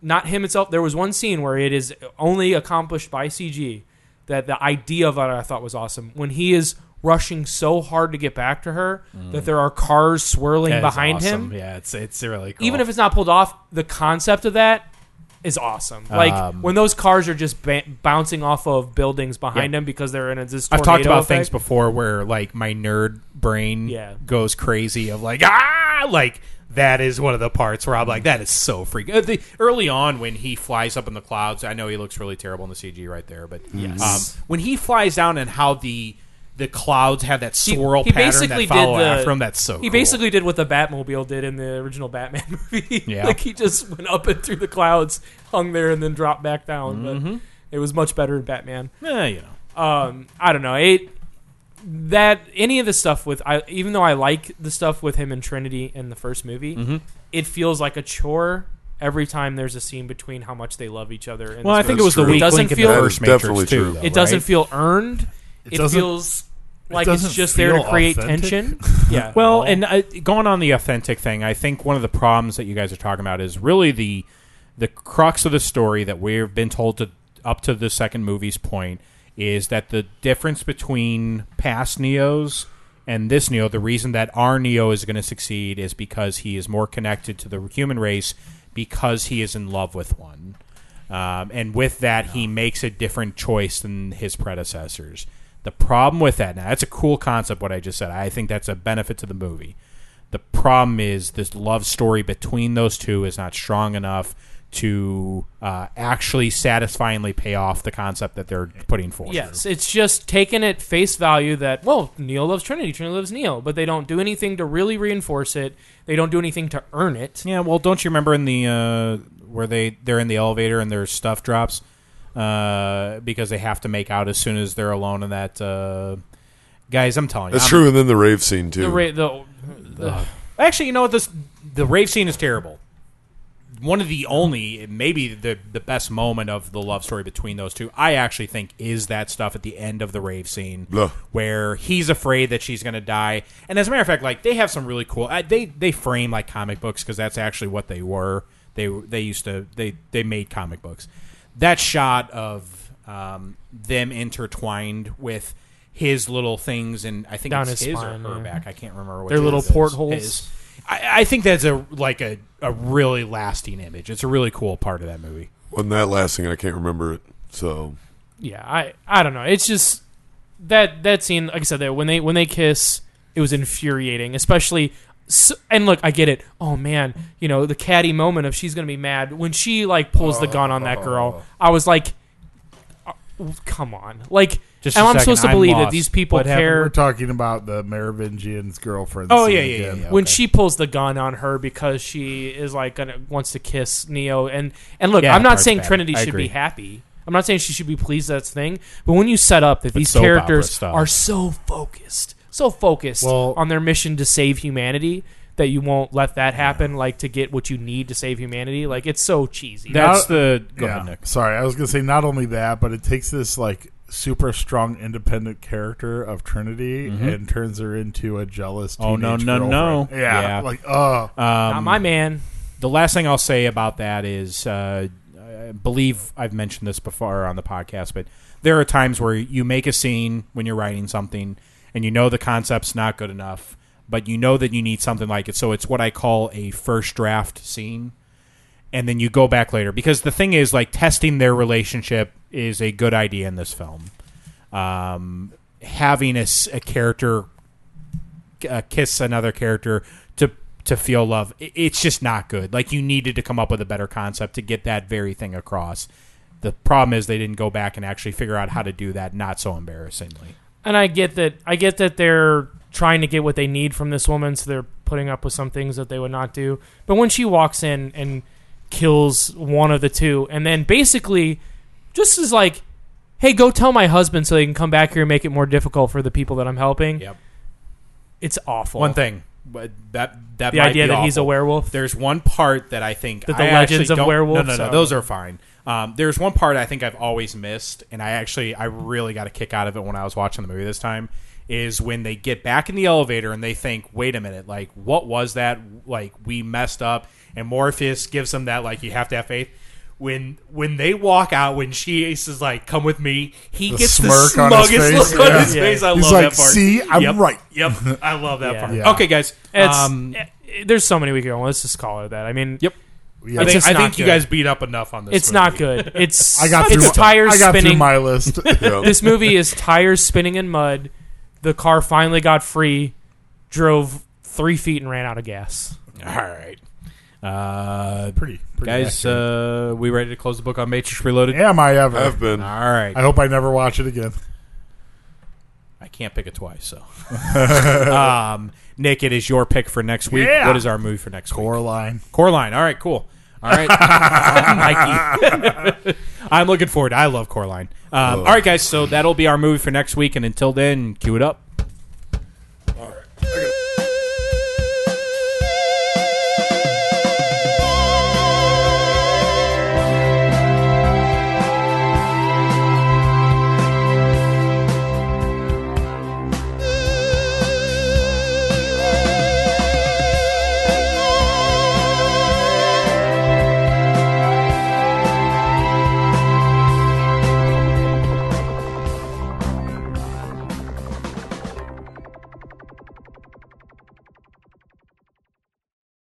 not him itself. There was one scene where it is only accomplished by CG. That the idea of it I thought was awesome when he is rushing so hard to get back to her that there are cars swirling
Mm. That is
behind
awesome.
him.
Yeah, it's it's really cool.
Even if it's not pulled off, the concept of that is awesome. Like
Um,
when those cars are just ba- bouncing off of buildings behind
Yeah.
them because they're in a this
I've talked
tornado
about
effect.
things before where like my nerd brain
Yeah.
goes crazy of like ah like that is one of the parts where I'm like that is so freaking uh, the, early on when he flies up in the clouds I know he looks really terrible in the CG right there but
Yes.
um, when he flies down and how the the clouds have that swirl
he
pattern
basically
that follow
did the-
after him that's so
He
cool.
basically did what the Batmobile did in the original Batman movie.
Yeah.
like he just went up and through the clouds, hung there, and then dropped back down.
Mm-hmm.
But it was much better in Batman.
Eh, you know
Um, I don't know it. That any of the stuff with I, even though I like the stuff with him and Trinity in the first movie,
Mm-hmm.
it feels like a chore every time there's a scene between how much they love each other. in
well I
this
think
That's
it was the
true.
weak
It doesn't
link in
feel-
the first
That is definitely
Matrix too,
true.
though,
It doesn't
right?
feel earned.
It
It,
doesn't-
feels like
doesn't
it's just there to
feel
create
authentic. Oh,
tension. Yeah.
Well, and uh, going on the authentic thing, I think one of the problems that you guys are talking about is really the the crux of the story that we've been told to up to the second movie's point is that the difference between past Neos and this Neo, the reason that our Neo is going to succeed is because he is more connected to the human race because he is in love with one. Um, and with that, he makes a different choice than his predecessors. The problem with that, now that's a cool concept, what I just said. I think that's a benefit to the movie. The problem is this love story between those two is not strong enough to uh, actually satisfyingly pay off the concept that they're putting forward.
Yes, it's just taken at face value that well, Neo loves Trinity, Trinity loves Neo, but they don't do anything to really reinforce it. They don't do anything to earn it.
Yeah, well, don't you remember in the uh, where they they're in the elevator and their stuff drops uh, because they have to make out as soon as they're alone in that. Uh, guys, I'm telling you,
That's
I'm-
true. And then the rave scene too.
The ra- the, the
Actually, you know what? This the rave scene is terrible. One of the only, maybe the the best moment of the love story between those two, I actually think, is that stuff at the end of the rave scene,
Blah.
where he's afraid that she's going to die. And as a matter of fact, like they have some really cool. I, they they frame like comic books because that's actually what they were. They they used to they they made comic books. That shot of um, them intertwined with his little things, and I think
Down
it's
his
his
spine,
or her
yeah.
back. I can't remember what
Their little portholes.
I, I think that's a like a, a really lasting image. It's a really cool part of that movie.
Wasn't that last thing? I can't remember it. So
yeah, I I don't know. It's just that that scene, like I said, that when they when they kiss, it was infuriating, especially. s and look, I get it. Oh man, you know the catty moment of she's gonna be mad when she like pulls the gun on that girl. I was like, oh, come on, like.
Just
and
a
I'm
second,
supposed to
I'm
believe that
lost.
these people
What happened?
care.
We're talking about the Merovingian's girlfriend.
Oh,
scene
yeah, yeah, yeah,
again.
yeah.
when
Okay.
she pulls the gun on her because she is like gonna wants to kiss Neo and and look,
Yeah,
I'm not
part's
saying
bad.
Trinity
I
should
agree.
be happy. I'm not saying she should be pleased at this thing, but when you set up that these
soap opera
characters
stuff.
are so focused, so focused
Well-
on their mission to save humanity that you won't let that happen, like to get what you need to save humanity, like it's so cheesy.
That's
Now-
the go
Yeah.
ahead, Nick.
Sorry, I was gonna say not only that, but it takes this like super strong independent character of Trinity and turns her into a jealous.
Mm-hmm. Oh, no,
teenage
no, no.
girlfriend. Yeah,
Yeah.
like oh,
not my man.
The last thing I'll say about that is, uh, I believe I've mentioned this before on the podcast, but there are times where you make a scene when you're writing something, and you know the concept's not good enough, but you know that you need something like it. So it's what I call a first draft scene. and then you go back later because the thing is like testing their relationship is a good idea in this film um, having a, s- a character uh, kiss another character to to feel love i- it's just not good like you needed to come up with a better concept to get that very thing across the problem is they didn't go back and actually figure out how to do that not so embarrassingly
And I get that. I get that they're trying to get what they need from this woman, so they're putting up with some things that they would not do. But when she walks in and kills one of the two, and then basically just is like, "Hey, go tell my husband so they can come back here and make it more difficult for the people that I'm helping."
Yep.
It's awful.
one thing but that that
the
might
idea
be
that he's a
awful.
werewolf.
There's one part that I think
That the
I actually
legends of
don't-
werewolves
No, no, no,
are-
those are fine. Um, there's one part I think I've always missed, and I actually I really got a kick out of it when I was watching the movie this time. Is when they get back in the elevator and they think, "Wait a minute, like what was that? Like we messed up." And Morpheus gives them that, like you have to have faith.
When when they walk out, when she is like, "Come with me," he
The
gets
smirk
the
on his
smuggest
face,
look on
yeah.
his face. I
He's
love
like,
that part.
"See, I'm
Yep.
right."
Yep, I love that
Yeah.
part.
Yeah.
Okay, guys.
It's,
um,
eh, eh, there's so many we can go. on. Let's just call it that. I mean,
Yep.
Yeah.
I think,
just
I
not
think you
good.
guys beat up enough on this.
it's
movie.
not good. It's
I got
it's
through.
tires
I got through
spinning.
my list.
Yeah.
this movie is tires spinning in mud. The car finally got free, drove three feet and ran out of gas.
All right. Uh,
pretty, pretty
guys,
accurate.
uh, we ready to close the book on Matrix Reloaded?
Am I ever?
I've been.
All right.
I hope I never watch it again.
I can't pick it twice, so. um, Nick, it is your pick for next week.
Yeah.
What is our movie for next week?
Coraline.
Coraline. All right, cool. All right, Mikey. I'm looking forward. I love Coraline. Um, All right, guys. So that'll be our movie for next week, and until then, cue it up.